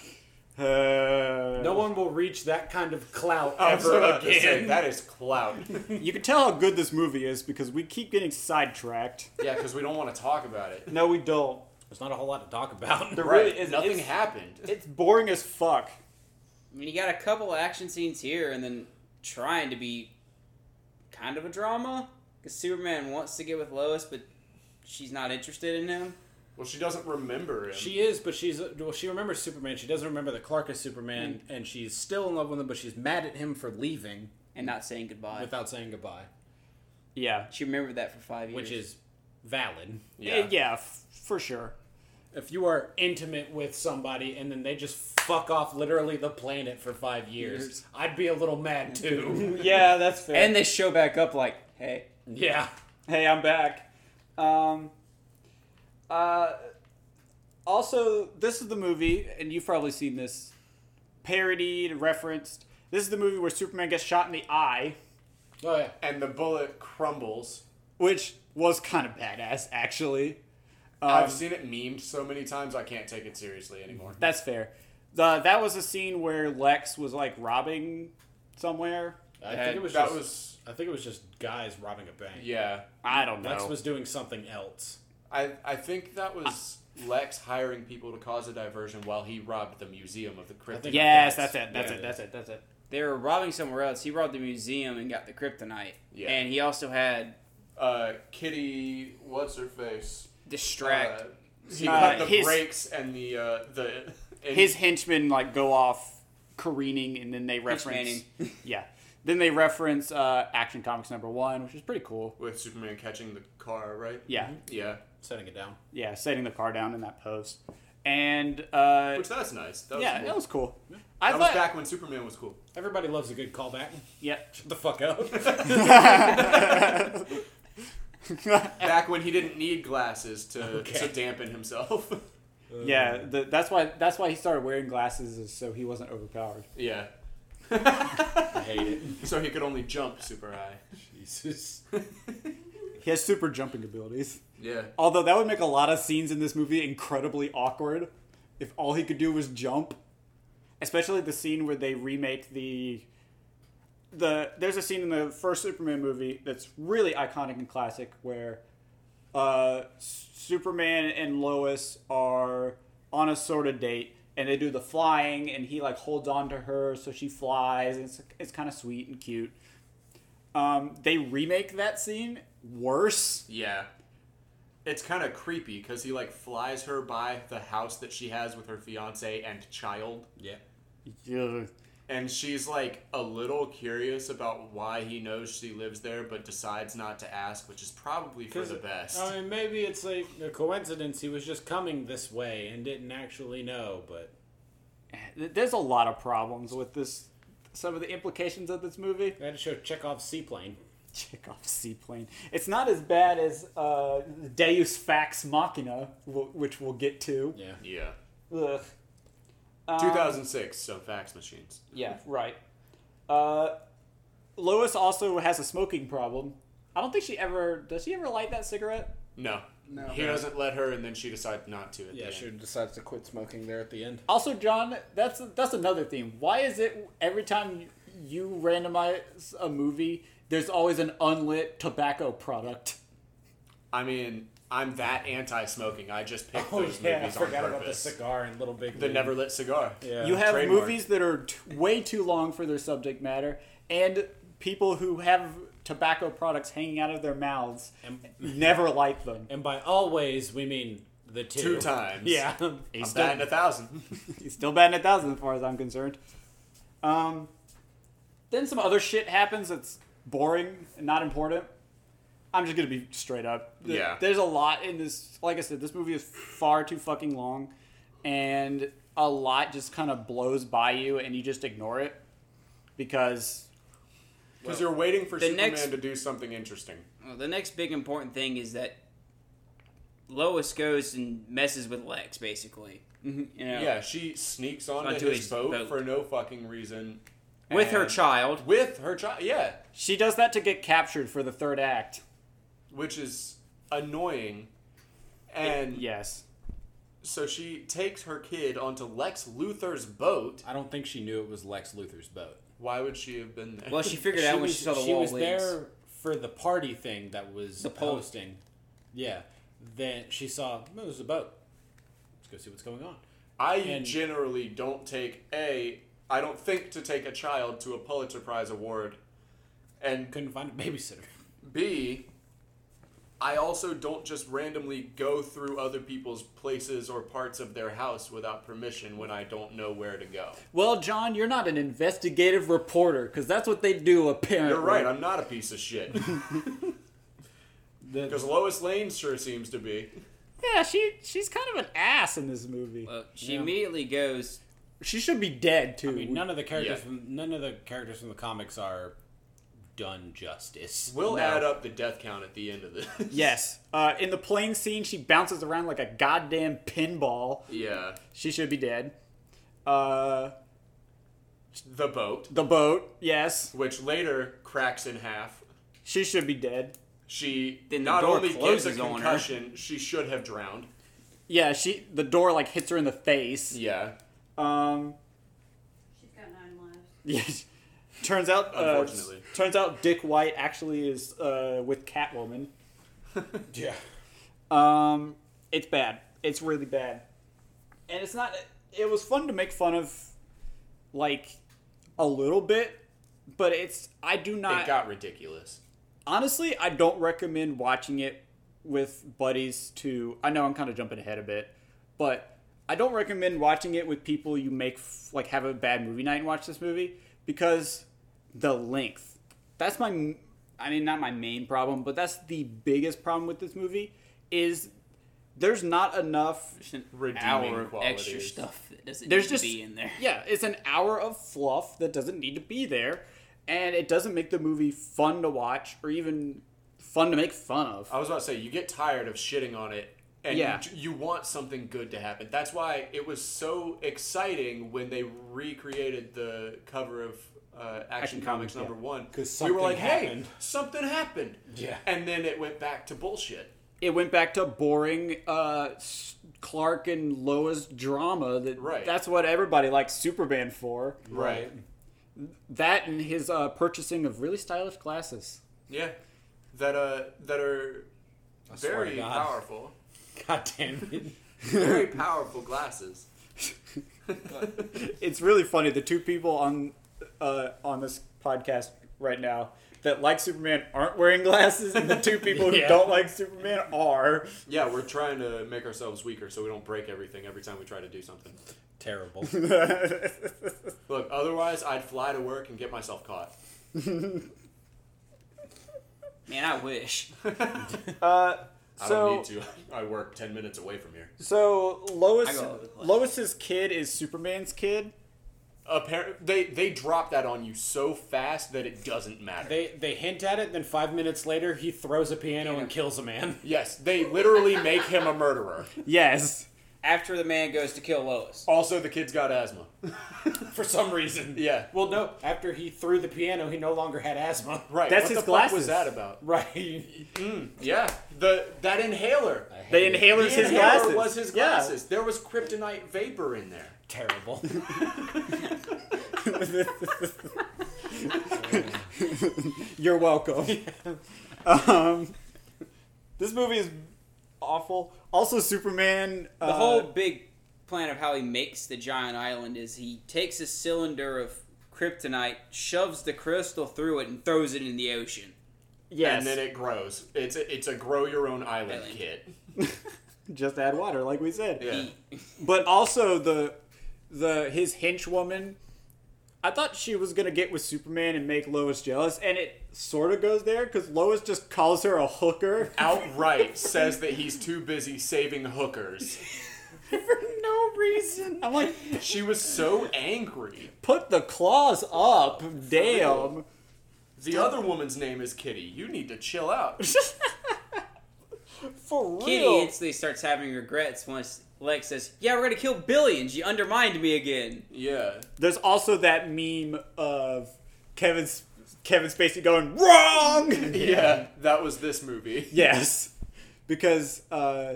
Uh, No one will reach that kind of clout I was ever about to say, Oh, again. that is clout. you can tell how good this movie is because we keep getting sidetracked. yeah, because we don't want to talk about it. No, we don't. There's not a whole lot to talk about. There Right. really is Nothing it's, happened. It's boring as fuck. I mean, you got a couple action scenes here, and then trying to be kind of a drama because Superman wants to get with Lois, but she's not interested in him. well, she doesn't remember him. She is, but she's well. She remembers Superman. She doesn't remember that Clark is Superman, and she's still in love with him, but she's mad at him for leaving and not saying goodbye. without saying goodbye, Yeah. she remembered that for five years. which is valid. Eh, Yeah, yeah. f- for sure. If you are intimate with somebody and then they just fuck off literally the planet for five years, Years. I'd be a little mad too. Yeah, that's fair. and they show back up like, hey, yeah. Hey, I'm back. Um, uh, also, this is the movie, and you've probably seen this parodied, referenced. This is the movie where Superman gets shot in the eye, Oh yeah. And the bullet crumbles. which was kind of badass, actually. Um, I've seen it memed so many times I can't take it seriously anymore. that's fair. The, that was a scene where Lex was like robbing somewhere. I That- think it was that just, was I think it was just guys robbing a bank. yeah. I don't know. Lex was doing something else. I I think that was Lex hiring people to cause a diversion while he robbed the museum of the cryptid. think- yes, that's it. That's Yeah. it. That's it. That's it. they were robbing somewhere else. He robbed the museum and got the kryptonite. Yeah. And he also had Uh, Kitty, what's her face? distract. Uh, he Uh, cut the his- brakes and the uh, the and his henchmen like go off careening and then they reference Henchmanning. yeah then they reference uh, action comics number one which is pretty cool with Superman catching the car, right? yeah Yeah, Setting it down. yeah setting the car down in that pose and uh, which that's nice. That was yeah cool. that was cool That i was thought back when Superman was cool. Everybody loves a good callback. yeah Shut the fuck up. Back when he didn't need glasses to to Okay. dampen himself. yeah the, that's why that's why he started wearing glasses is so he wasn't overpowered yeah, I hate it. so he could only jump super high. Jesus. he has super jumping abilities Yeah. although that would make a lot of scenes in this movie incredibly awkward if all he could do was jump especially the scene where they remake the the there's a scene in the first superman movie that's really iconic and classic where uh, S- superman and lois are on a sort of date and they do the flying and he like holds on to her so she flies and it's, it's kind of sweet and cute um, they remake that scene worse Yeah. it's kind of creepy because he like flies her by the house that she has with her fiance and child, Yeah. Yeah. and she's like a little curious about why he knows she lives there, but decides not to ask, which is probably for the best. Oh, I mean, maybe it's like a coincidence. He was just coming this way and didn't actually know, but There's a lot of problems with this. Some of the implications of this movie. I had to show Chekhov's seaplane. Chekhov's seaplane. It's not as bad as uh, Deus Fax Machina, wh- which we'll get to. Yeah. yeah, Ugh. Uh, Um, 2006, so fax machines. Yeah, right. Uh, Lois also has a smoking problem. I don't think she ever does. She ever light that cigarette? No, No. he doesn't let her, and then she decides not to. At Yeah, the she end. decides to quit smoking there at the end. Also, John, that's that's another theme. Why is it every time you randomize a movie, there's always an unlit tobacco product? I mean, I'm that anti-smoking. I just picked Oh those yeah, I movies on forgot about the purpose. cigar and Little Big. the League. never lit cigar. Yeah. you have trademark. movies that are t- way too long for their subject matter, and people who have tobacco products hanging out of their mouths And, never light them. and by always we mean the two. two times. Yeah, I'm he's still, batting a thousand. he's still batting a thousand as far as I'm concerned. Um, then some other shit happens that's boring and not important. I'm just gonna be straight up. Th- Yeah. there's a lot in this. Like I said, this movie is far too fucking long, and a lot just kind of blows by you, and you just ignore it because Because you're waiting for the Superman next- to do something interesting. Well, the next big important thing is that Lois goes and messes with Lex, basically. You know, Mm-hmm. Yeah, she sneaks onto, Onto his, his boat, boat. for no fucking reason. with her and- child. With her child, yeah. she does that to get captured for the third act. Which is annoying. And Yes. so she takes her kid onto Lex Luthor's boat. I don't think she knew it was Lex Luthor's boat. Why would she have been there? Well, she figured out when she saw the she wall was leaks. there for the party thing that was The the pole. posting. Yeah. Then she saw "Oh, there's a boat. Let's go see what's going on. I and- generally don't take a. I don't think to take a child to a Pulitzer Prize award, and Couldn't find a babysitter. B, I also don't just randomly go through other people's places or parts of their house without permission when I don't know where to go. Well, John, you're not an investigative reporter because that's what they do apparently. You're right, I'm not a piece of shit. The- Because Lois Lane sure seems to be. Yeah, she she's kind of an ass in this movie. Well, she immediately goes. She should be dead too. I mean, none of the characters Yeah. from none of the characters from the comics are done justice. We'll add up the death count at the end of this. yes. Uh, in the plane scene, she bounces around like a goddamn pinball. Yeah. She should be dead. Uh, The boat, the boat. Yes, which later cracks in half. she should be dead. She Then the not door only gives a closes on her. concussion, she should have drowned. Yeah, she. The door like hits her in the face. Yeah. Um. She's got nine lives. Yes. Turns out. Uh, Unfortunately. Turns out Dick White actually is uh, with Catwoman. Yeah. Um, it's bad. It's really bad. And it's not. It was fun to make fun of, like, a little bit, but it's. I do It not. got ridiculous. honestly, I don't recommend watching it with buddies. To I know I'm kind of jumping ahead a bit, but I don't recommend watching it with people you make f- like have a bad movie night and watch this movie because the length. That's my. m- I mean, not my main problem, but that's the biggest problem with this movie is there's not enough There's an Redeeming hour of qualities. extra stuff that doesn't there's need just to be in there. Yeah, it's an hour of fluff that doesn't need to be there, and it doesn't make the movie fun to watch or even fun to make fun of. I was about to say you get tired of shitting on it, and Yeah. you, you want something good to happen. That's why it was so exciting when they recreated the cover of uh, Action, Comics, Comics, number one. 'Cause we were something like, happened. "Hey, something happened!" Yeah. and then it went back to bullshit. It went back to boring uh, S- Clark and Lois drama. That Right. that's what everybody likes Superman for. Right. That and his uh, purchasing of really stylish glasses. Yeah. That uh, that are swear to very God. powerful, God damn it. very powerful glasses. It's really funny. The two people on uh, on this podcast right now that like Superman aren't wearing glasses, and the two people who Yeah. don't like Superman are. Yeah, we're trying to make ourselves weaker so we don't break everything every time we try to do something. Terrible. Look, otherwise, I'd fly to work and get myself caught. Man, I wish. uh, I So- don't need to. I work 10 minutes away from here. so I Lois, go with glasses. Lois's kid is Superman's kid. Appar- they, they drop that on you so fast that it doesn't matter. they they hint at it, then five minutes later he throws a piano and kills a man. yes, they literally make him a murderer. Yes. After the man goes to kill Lois. Also, the kid's got asthma. For some reason. Yeah. Well, no. After he threw the piano, he no longer had asthma. Right. That's what his the fuck glasses. was that about? Right. Yeah. The that inhaler. The inhaler's The his inhaler glasses. was his Yeah. glasses. There was kryptonite vapor in there. Terrible. You're welcome. um, this movie is awful. Also, Superman. uh, The whole big plan of how he makes the giant island is he takes a cylinder of kryptonite, shoves the crystal through it, and throws it in the ocean. yes. And then it grows. It's a, it's a grow your own island Island. kit. just add water, like we said. Yeah. But also the the his henchwoman. I thought she was gonna get with Superman and make Lois jealous, and it sort of goes there because Lois just calls her a hooker Outright says that he's too busy saving hookers. for no reason. I'm like, She was so angry. put the claws up, damn. The other woman's name is Kitty. You need to chill out. For real. Kitty instantly starts having regrets once Lex says, Yeah, we're gonna kill Billy, and she undermined me again. Yeah. There's also that meme of Kevin's Kevin Spacey going wrong. Yeah. That was this movie. yes, because uh,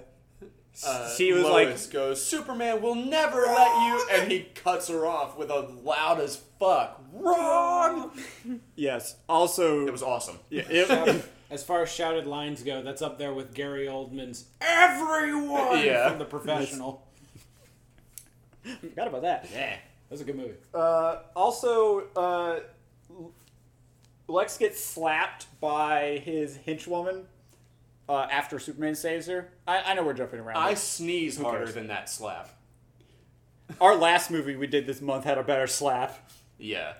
Uh, she was Lois goes, Superman will never let you, and he cuts her off with a loud as fuck wrong. like, yes. Also, It was awesome. yeah, it- Um, As far as shouted lines go, that's up there with Gary Oldman's "Everyone" Yeah. from The Professional. forgot about that. Yeah, that's a good movie. Uh, also, uh, Lex gets slapped by his henchwoman uh, after Superman saves her. I, I know we're jumping around. I but sneeze harder cares? than that slap. Our last movie we did this month had a better slap. Yeah.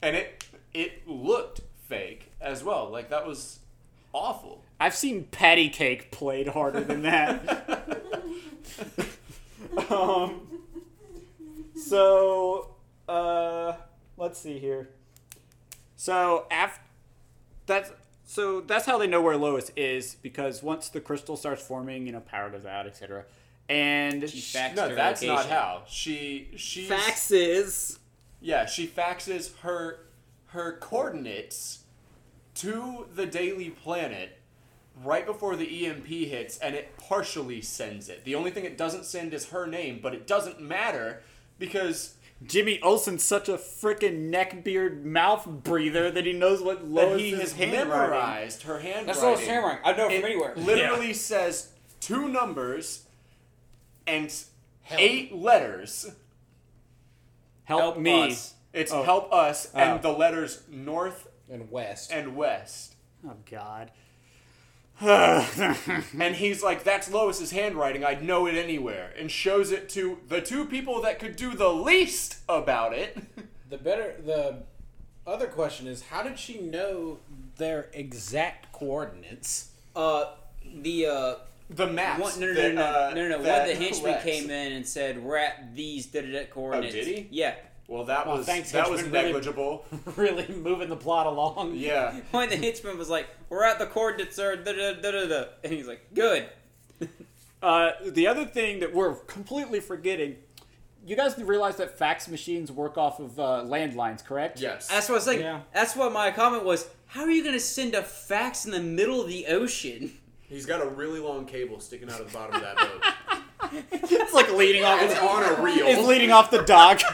And it it looked fake as well. Like that was awful. I've seen Patty Cake played harder than that. um, so, uh, let's see here. So after that's so that's how they know where Lois is because once the crystal starts forming, you know, power goes out, etc. And She faxed No, her that's not location. how. She she faxes. Yeah, she faxes her her coordinates to the Daily Planet right before the EMP hits, and it partially sends it. The only thing it doesn't send is her name, but it doesn't matter because Jimmy Olsen's such a freaking neckbeard mouth breather that he knows what that Lois he is has handwriting. memorized her handwriting. That's Lois Hammer. I know it It from anywhere. literally says two numbers and eight letters. Help, me. us. It's help us and Oh. the letters north And West. and west. Oh God. And he's like, that's Lois's handwriting. I'd know it anywhere. And shows it to the two people that could do the least about it. The better the other question is, how did she know their exact coordinates? Uh, the, uh, The maps. one, no, no, that, no, no, uh, no, no, no. One that of the henchmen Lex- came in and said, We're at these da da da coordinates. did he? Yeah. Well, that Well, was thanks, that was Henchman, really. negligible. really moving the plot along. yeah. When the henchman was like, We're at the coordinates, sir, da da da da da. And he's like, Good. Uh, the other thing that we're completely forgetting, you guys realize that fax machines work off of uh, landlines, correct? Yes. That's what I was like. Yeah. That's what my comment was. How are you going to send a fax in the middle of the ocean? He's got a really long cable sticking out of the bottom of that boat. it's like leading off. It's on a It's reel. leading off the dock.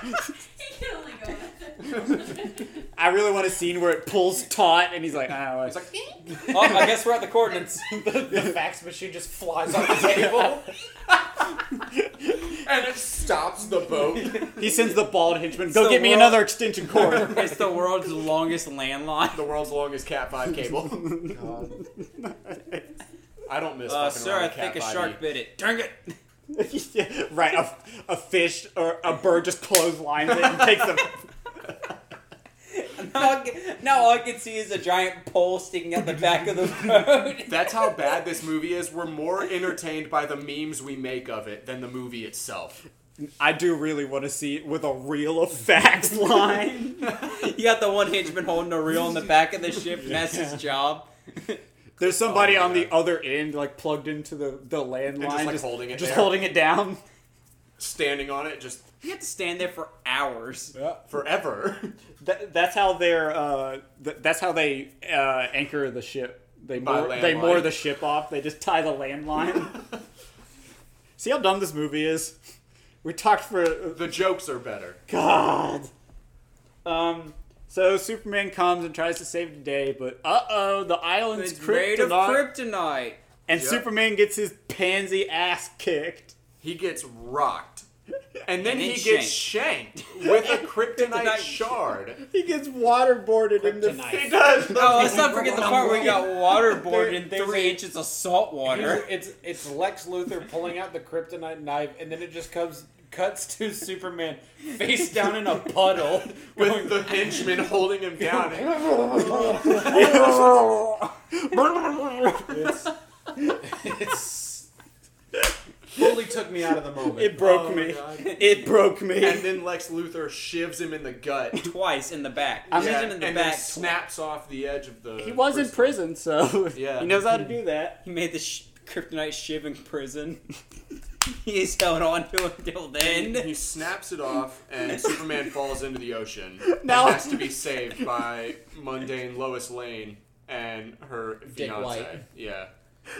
He can only go with it. I really want a scene where it pulls taut, and he's like, "Ah, I don't know. It's like, Oh, I guess we're at the coordinates. the fax machine just flies off the table. and it stops the boat. He sends the bald henchman, the go get me world- another extension cord. it's the world's longest landline. the world's longest Cat 5 cable. I don't miss Uh, fucking sir, around I with Cat E. think a 5e. shark bit it. Dang it! Yeah, right, a, a fish or a bird just clotheslines it and takes them. Now I can- now all I can see is a giant pole sticking out the back of the boat. That's how bad this movie is. We're more entertained by the memes we make of it than the movie itself. I do really want to see it with a reel of facts line. You got the one henchman holding a reel on the back of the ship, and that's his job. There's somebody Oh, on yeah. the other end, like plugged into the, the landline, just, like, holding it just there. holding it down. Standing on it just You have to stand there for hours. forever. That, that's how they're. Uh, th- that's how they uh, anchor the ship. They By moor, they landline. moor the ship off. They just tie the landline. See how dumb this movie is. We talked for uh, the jokes are better. God. Um. So Superman comes and tries to save the day, but uh oh, the island's It's made of kryptonite, kryptonite. and Yep. Superman gets his pansy ass kicked. He gets rocked. And then And he then gets shanked with a kryptonite Kryptonite. shard. He gets waterboarded in the Kryptonite. He does. Oh, let's not forget the part where he got waterboarded in There- there's three a- inches of salt Here's- water. It's it's Lex Luthor pulling out the kryptonite knife, and then it just comes cuts to Superman face down in a puddle. with the henchman holding him down. It's, it's fully took me out of the moment. It broke Oh, me. God. It broke me. and then Lex Luthor shivs him in the gut. Twice in the back. I'm- Shoots Yeah, him in the and back. then snaps off the edge of the. he was in prison, so Yeah. he knows how to do that. He made the sh- kryptonite shiv in prison. He's held on to it till then. He snaps it off, and Superman falls into the ocean. Now- and has to be saved by mundane Lois Lane and her fiance. White. Yeah,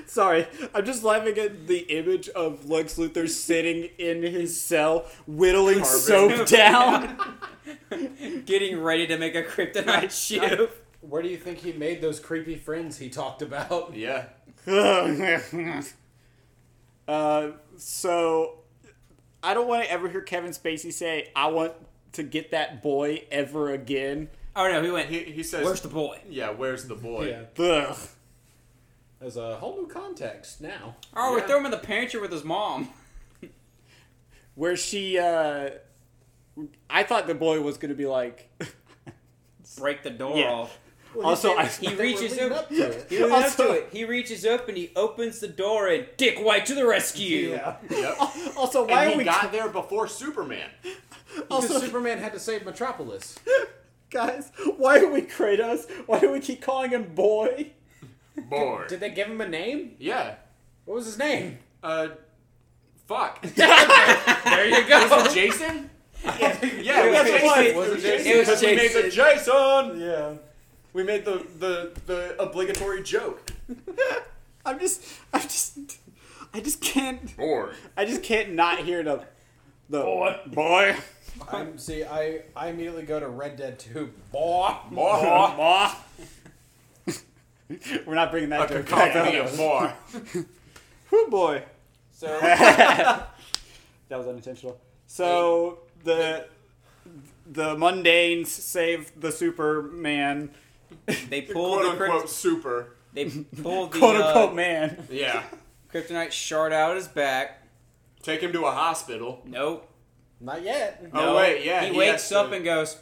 Sorry, I'm just laughing at the image of Lex Luthor sitting in his cell whittling Garbage. soap down. Getting ready to make a kryptonite shiv. Where do you think he made those creepy friends he talked about? yeah. uh, so I don't want to ever hear Kevin Spacey say, "I want to get that boy ever again." Oh no, he went, He, he says, where's the boy? "Yeah, where's the boy?" Yeah, Ugh. there's a whole new context now. Oh, we Yeah. throw him in the pantry with his mom. Where she, uh, I thought the boy was gonna be like. Break the door Yeah. off. also, I, He reaches Leading up. up to it. He leads up Also- to it. He reaches up and he opens the door and Dick White to the rescue. Yep. also why And are he we got there before Superman. Because also Superman had to save Metropolis. guys? Why are we Kratos? Why do we keep calling him boy? Boy. Did they give him a name? Yeah. What was his name? Uh, fuck. There you go. Jason? Yeah, Yeah, that's it what- was was it Jason. Jason? It was Because we made the Jason. Yeah. We made the, the, the obligatory joke. I'm just, I'm just, I just can't, Boy. I just can't not hear the, the Boy. boy, I'm, see, I, I immediately go to Red Dead 2. Boy. Boy. We're not bringing A that joke back cacophony up. of boy. Whoo boy. So that was unintentional. So the the mundanes save the Superman, they pull Quote the unquote krypt- super. they pull the quote unquote uh, man. Yeah. kryptonite shard out of his back. Take him to a hospital. Nope. Not yet. No. Oh, wait, yeah. He, has wakes to- up and goes,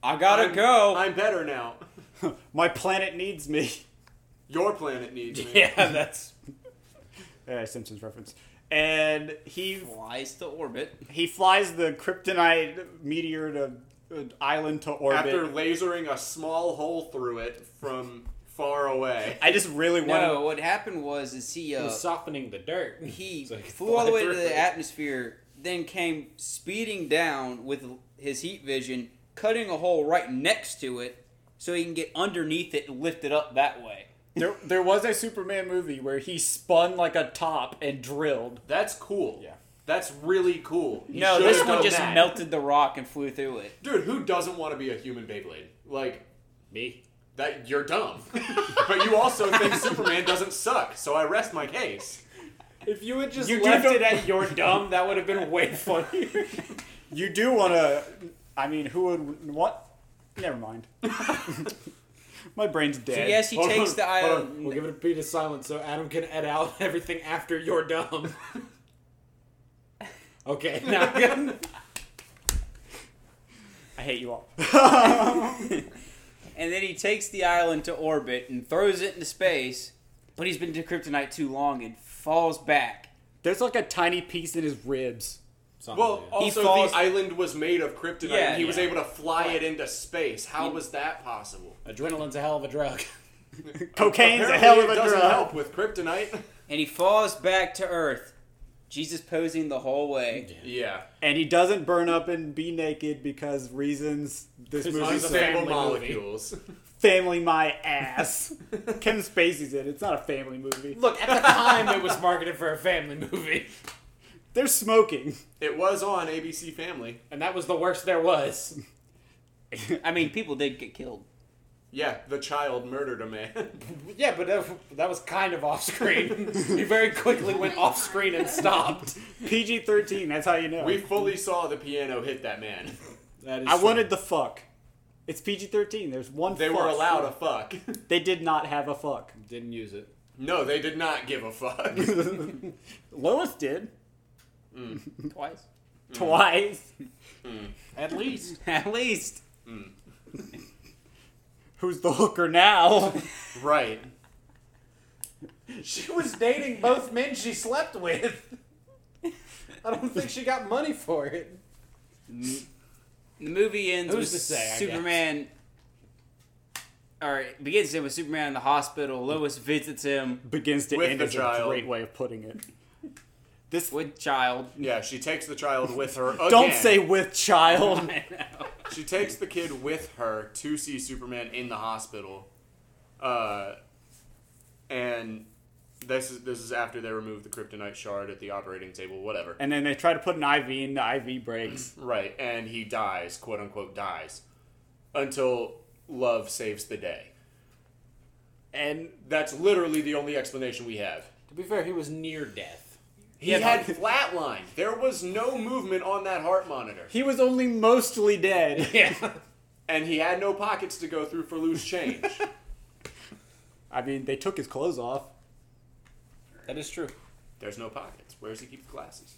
"I gotta I'm- go." I'm better now. My planet needs me. Your planet needs me. yeah, that's Uh, Simpsons reference. And he flies to orbit. he flies the kryptonite meteor to uh, island to orbit. After lasering a small hole through it from far away. I just really want No, what happened was is he He uh, was softening the dirt. he So he could flew all the fly way to through the it. atmosphere, then came speeding down with his heat vision, cutting a hole right next to it, so he can get underneath it and lift it up that way. There, there was a Superman movie where he spun like a top and drilled. That's cool. Yeah. That's really cool. You No, should've this one Oh, done just that. melted the rock and flew through it. Dude, who doesn't want to be a human Beyblade? Like, Me. that you're dumb. but you also think Superman doesn't suck, so I rest my case. If you had just You do left know- it at you're dumb, that would have been way funnier. You do want to. I mean, who would what? Never mind. My brain's dead. So yes, he Hold takes on, the hold on. island. We'll give it a beat of silence so Adam can edit out everything after you're dumb. okay, now I hate you all. and then he takes the island to orbit and throws it into space. But he's been to kryptonite too long and falls back. There's like a tiny piece in his ribs. Well, also falls- the island was made of kryptonite. Yeah, and he was yeah. able to fly it into space. How was that possible? adrenaline's a hell of a drug. Cocaine's a Apparently hell of it a doesn't drug. help with kryptonite. And he falls back to Earth. Jesus posing the whole way. yeah, And he doesn't burn up and be naked because reasons. This movie's a unstable family movie. molecules. family my ass. Kevin Spacey's in it. It's not a family movie. Look, at the time it was marketed for a family movie, They're smoking. It was on ABC Family. and that was the worst there was. I mean, people did get killed. Yeah, the child murdered a man. Yeah, but that, that was kind of off screen. he very quickly went off screen and stopped. PG thirteen. That's how you know. we fully saw the piano hit that man. That is I wanted the fuck. It's PG thirteen. There's one. They fuck. were allowed a fuck. They did not have a fuck. Didn't use it. No, they did not give a fuck. Lois did Twice. Mm. twice. At least. At least. Who's the hooker now? right. She was dating both men she slept with. I don't think she got money for it. The movie ends Who's with to say, I Superman. Or it begins with Superman in the hospital. Lois visits him Begins to With end the is a child. great way of putting it. This with child. Yeah, she takes the child with her. Again. don't say with child. I know. She takes the kid with her to see Superman in the hospital, uh, and this is this is after they remove the kryptonite shard at the operating table, whatever. and then they try to put an IV in. The IV breaks. Right, and he dies, quote unquote, dies, until love saves the day. And That's literally the only explanation we have. To be fair, he was near death. He had flatline. There was no movement on that heart monitor, he was only mostly dead. Yeah. and he had no pockets to go through for loose change. I mean, they took his clothes off. that is true. There's no pockets. Where does he keep the glasses?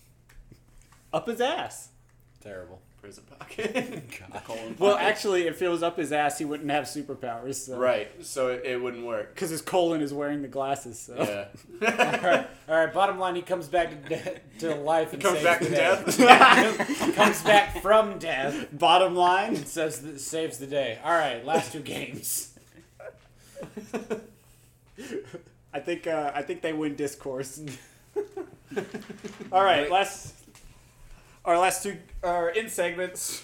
Up his ass. Terrible. Prison pocket. Colon Well, pocket. actually, if it was up his ass, he wouldn't have superpowers. So. Right, so it, it wouldn't work. Because his colon is wearing the glasses. So. Yeah. All right. All right. Bottom line, he comes back to, de- to life. And Comes saves back to the death. day. comes back from death. Bottom line, And says that saves the day. All right. Last two games. I think uh, I think they win discourse. All right, last our last two are in segments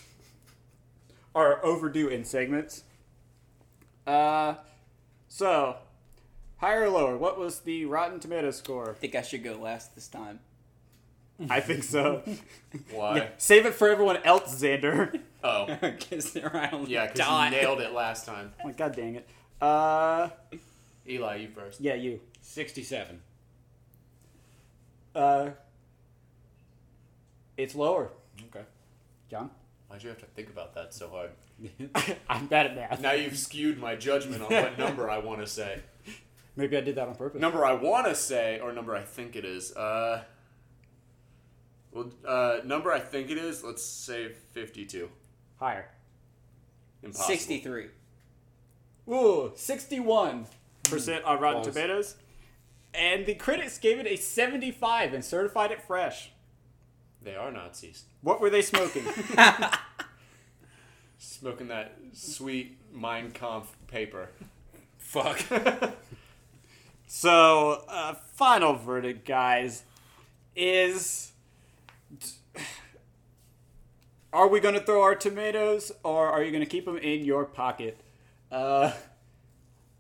are overdue in segments. Uh, so higher or lower? What was the Rotten Tomato score? I think I should go last this time. I think so. Why? Save it for everyone else, Xander. Oh. Because they're island Yeah, because died. you nailed it last time. oh, God dang it. Uh, Eli, you first. yeah, you. Sixty-seven. Uh, it's lower, Okay. John. Why'd you have to think about that so hard? I'm bad at math. Now you've skewed my judgment on what number I want to say. Maybe I did that on purpose. Number I want to say, or number I think it is. Uh, well, uh, number I think it is. Let's say fifty-two. Higher. Impossible. 63. Ooh, 61% on Rotten Close. Tomatoes. And the critics gave it a 75 and certified it fresh. They are Nazis. What were they smoking? Smoking that sweet Mein Kampf paper. Fuck. so, uh, final verdict, guys, is are we going to throw our tomatoes or are you going to keep them in your pocket? Uh,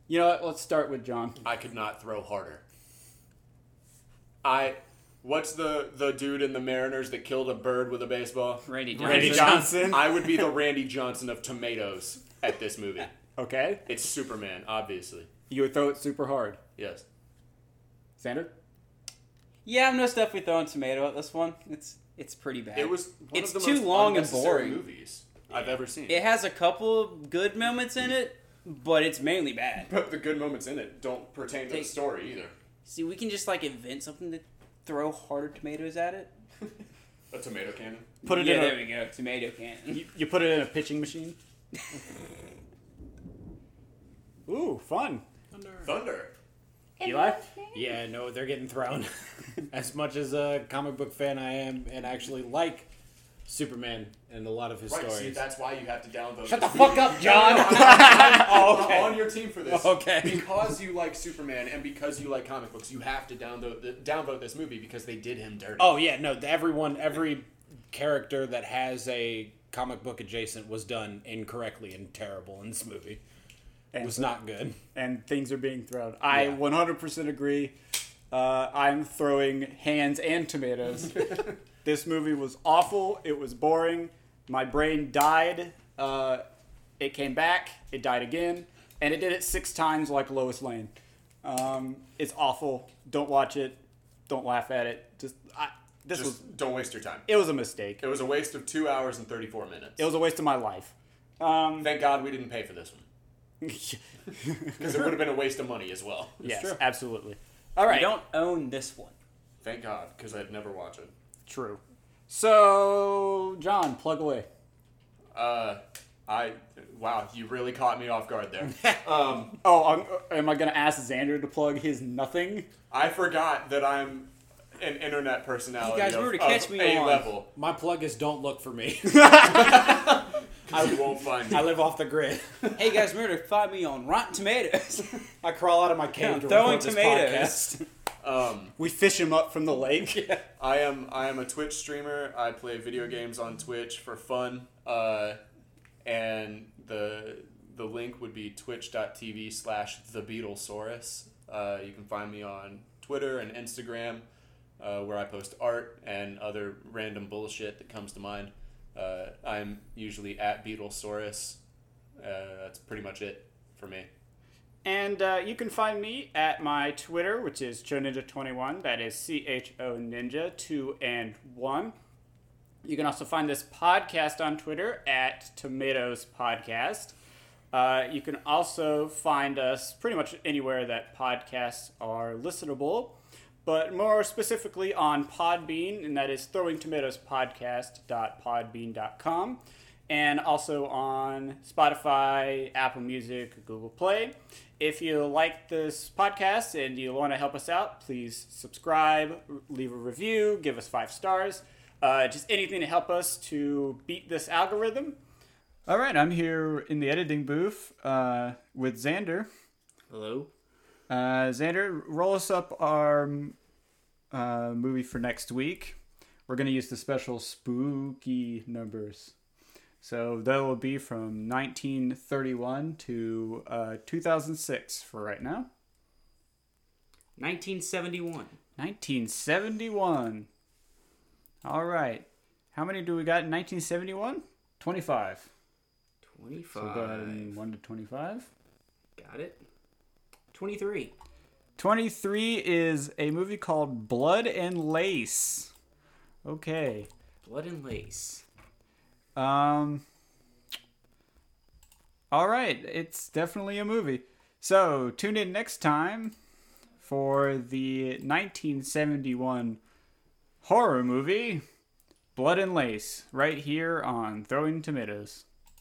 you know what? Let's start with John. I could not throw harder. I. What's the the dude in the Mariners that killed a bird with a baseball? Randy Johnson. Randy Johnson. I would be the Randy Johnson of tomatoes at this movie. Okay. It's Superman, obviously. You would throw it super hard. Yes. Sander? Yeah, no stuff we throw in tomato at this one. It's it's pretty bad. It was one It's of the too most long and unnecessary boring. movies I've ever seen. It has a couple good moments in it, but it's mainly bad. But the good moments in it don't pertain to the Take- story either. See, we can just like invent something to throw harder tomatoes at it. A tomato cannon. Put it yeah, in there a, we go. Tomato can. you, you put it in a pitching machine. Ooh, fun. Thunder. Eli? Yeah, no, they're getting thrown. as much as a comic book fan I am, and actually like Superman and a lot of his Right, stories. see, that's why you have to downvote. Shut the this fuck movie. up, John. No, no, no, I'm- Oh, I'm okay. on your team for this. Okay. Because you like Superman and because you like comic books, you have to downvote, th- downvote this movie because they did him dirty. Oh yeah, no, the- everyone, every character that has a comic book adjacent was done incorrectly and terrible in this movie. It was not good. and things are being thrown. I Yeah. 100% agree. Uh, I'm throwing hands and tomatoes. this movie was awful. It was boring. My brain died. Uh, it came back. It died again. And it did it six times like Lois Lane. Um, it's awful. Don't watch it. Don't laugh at it. Just I, this was Just don't waste your time. it was a mistake. It was a waste of two hours and 34 minutes. It was a waste of my life. Um, Thank God we didn't pay for this one. Because it would have been a waste of money as well. yes, true. absolutely. All right. I don't own this one. Thank God, because I'd never watch it. True. So, John, plug away. Uh, I wow, you really caught me off guard there. um, Oh, I'm, am I going to ask Xander to plug his nothing? I forgot that I'm an internet personality. You guys of, were to of catch me a on. level. My plug is don't look for me. 'cause you won't find me. I live off the grid. Hey guys, remember to find me on Rotten Tomatoes. I crawl out of my cave I'm to throwing record this tomatoes. podcast. Um, We fish him up from the lake. I am I am a Twitch streamer. I play video games on Twitch for fun. Uh, and the the link would be twitch.tv slash the Beatlesaurus. Uh, you can find me on Twitter and Instagram, uh, where I post art and other random bullshit that comes to mind. Uh, I'm usually at Beatlesaurus. Uh, that's pretty much it for me. And uh, you can find me at my Twitter, which is ChoNinja21. That is C H O Ninja 2 and 1. You can also find this podcast on Twitter at Tomatoes Podcast. Uh, you can also find us pretty much anywhere that podcasts are listenable, but more specifically on Podbean, and that is throwing tomatoes podcast.podbean.com, and also on Spotify, Apple Music, Google Play. If you like this podcast and you want to help us out, please subscribe, r- leave a review, give us five stars, uh, just anything to help us to beat this algorithm. All right, I'm here in the editing booth uh, with Xander. Hello. Uh, Xander, roll us up our um, uh, movie for next week. We're going to use the special spooky numbers. So that will be from 1931 to uh, 2006 for right now. 1971. 1971. All right. How many do we got in 1971? 25. So we'll go ahead 25. and 1 to 25. Got it. 23. 23 is a movie called Blood and Lace. Okay. Blood and lace. Um All right, it's definitely a movie. So, tune in next time for the 1971 horror movie Blood and Lace right here on Throwing Tomatoes.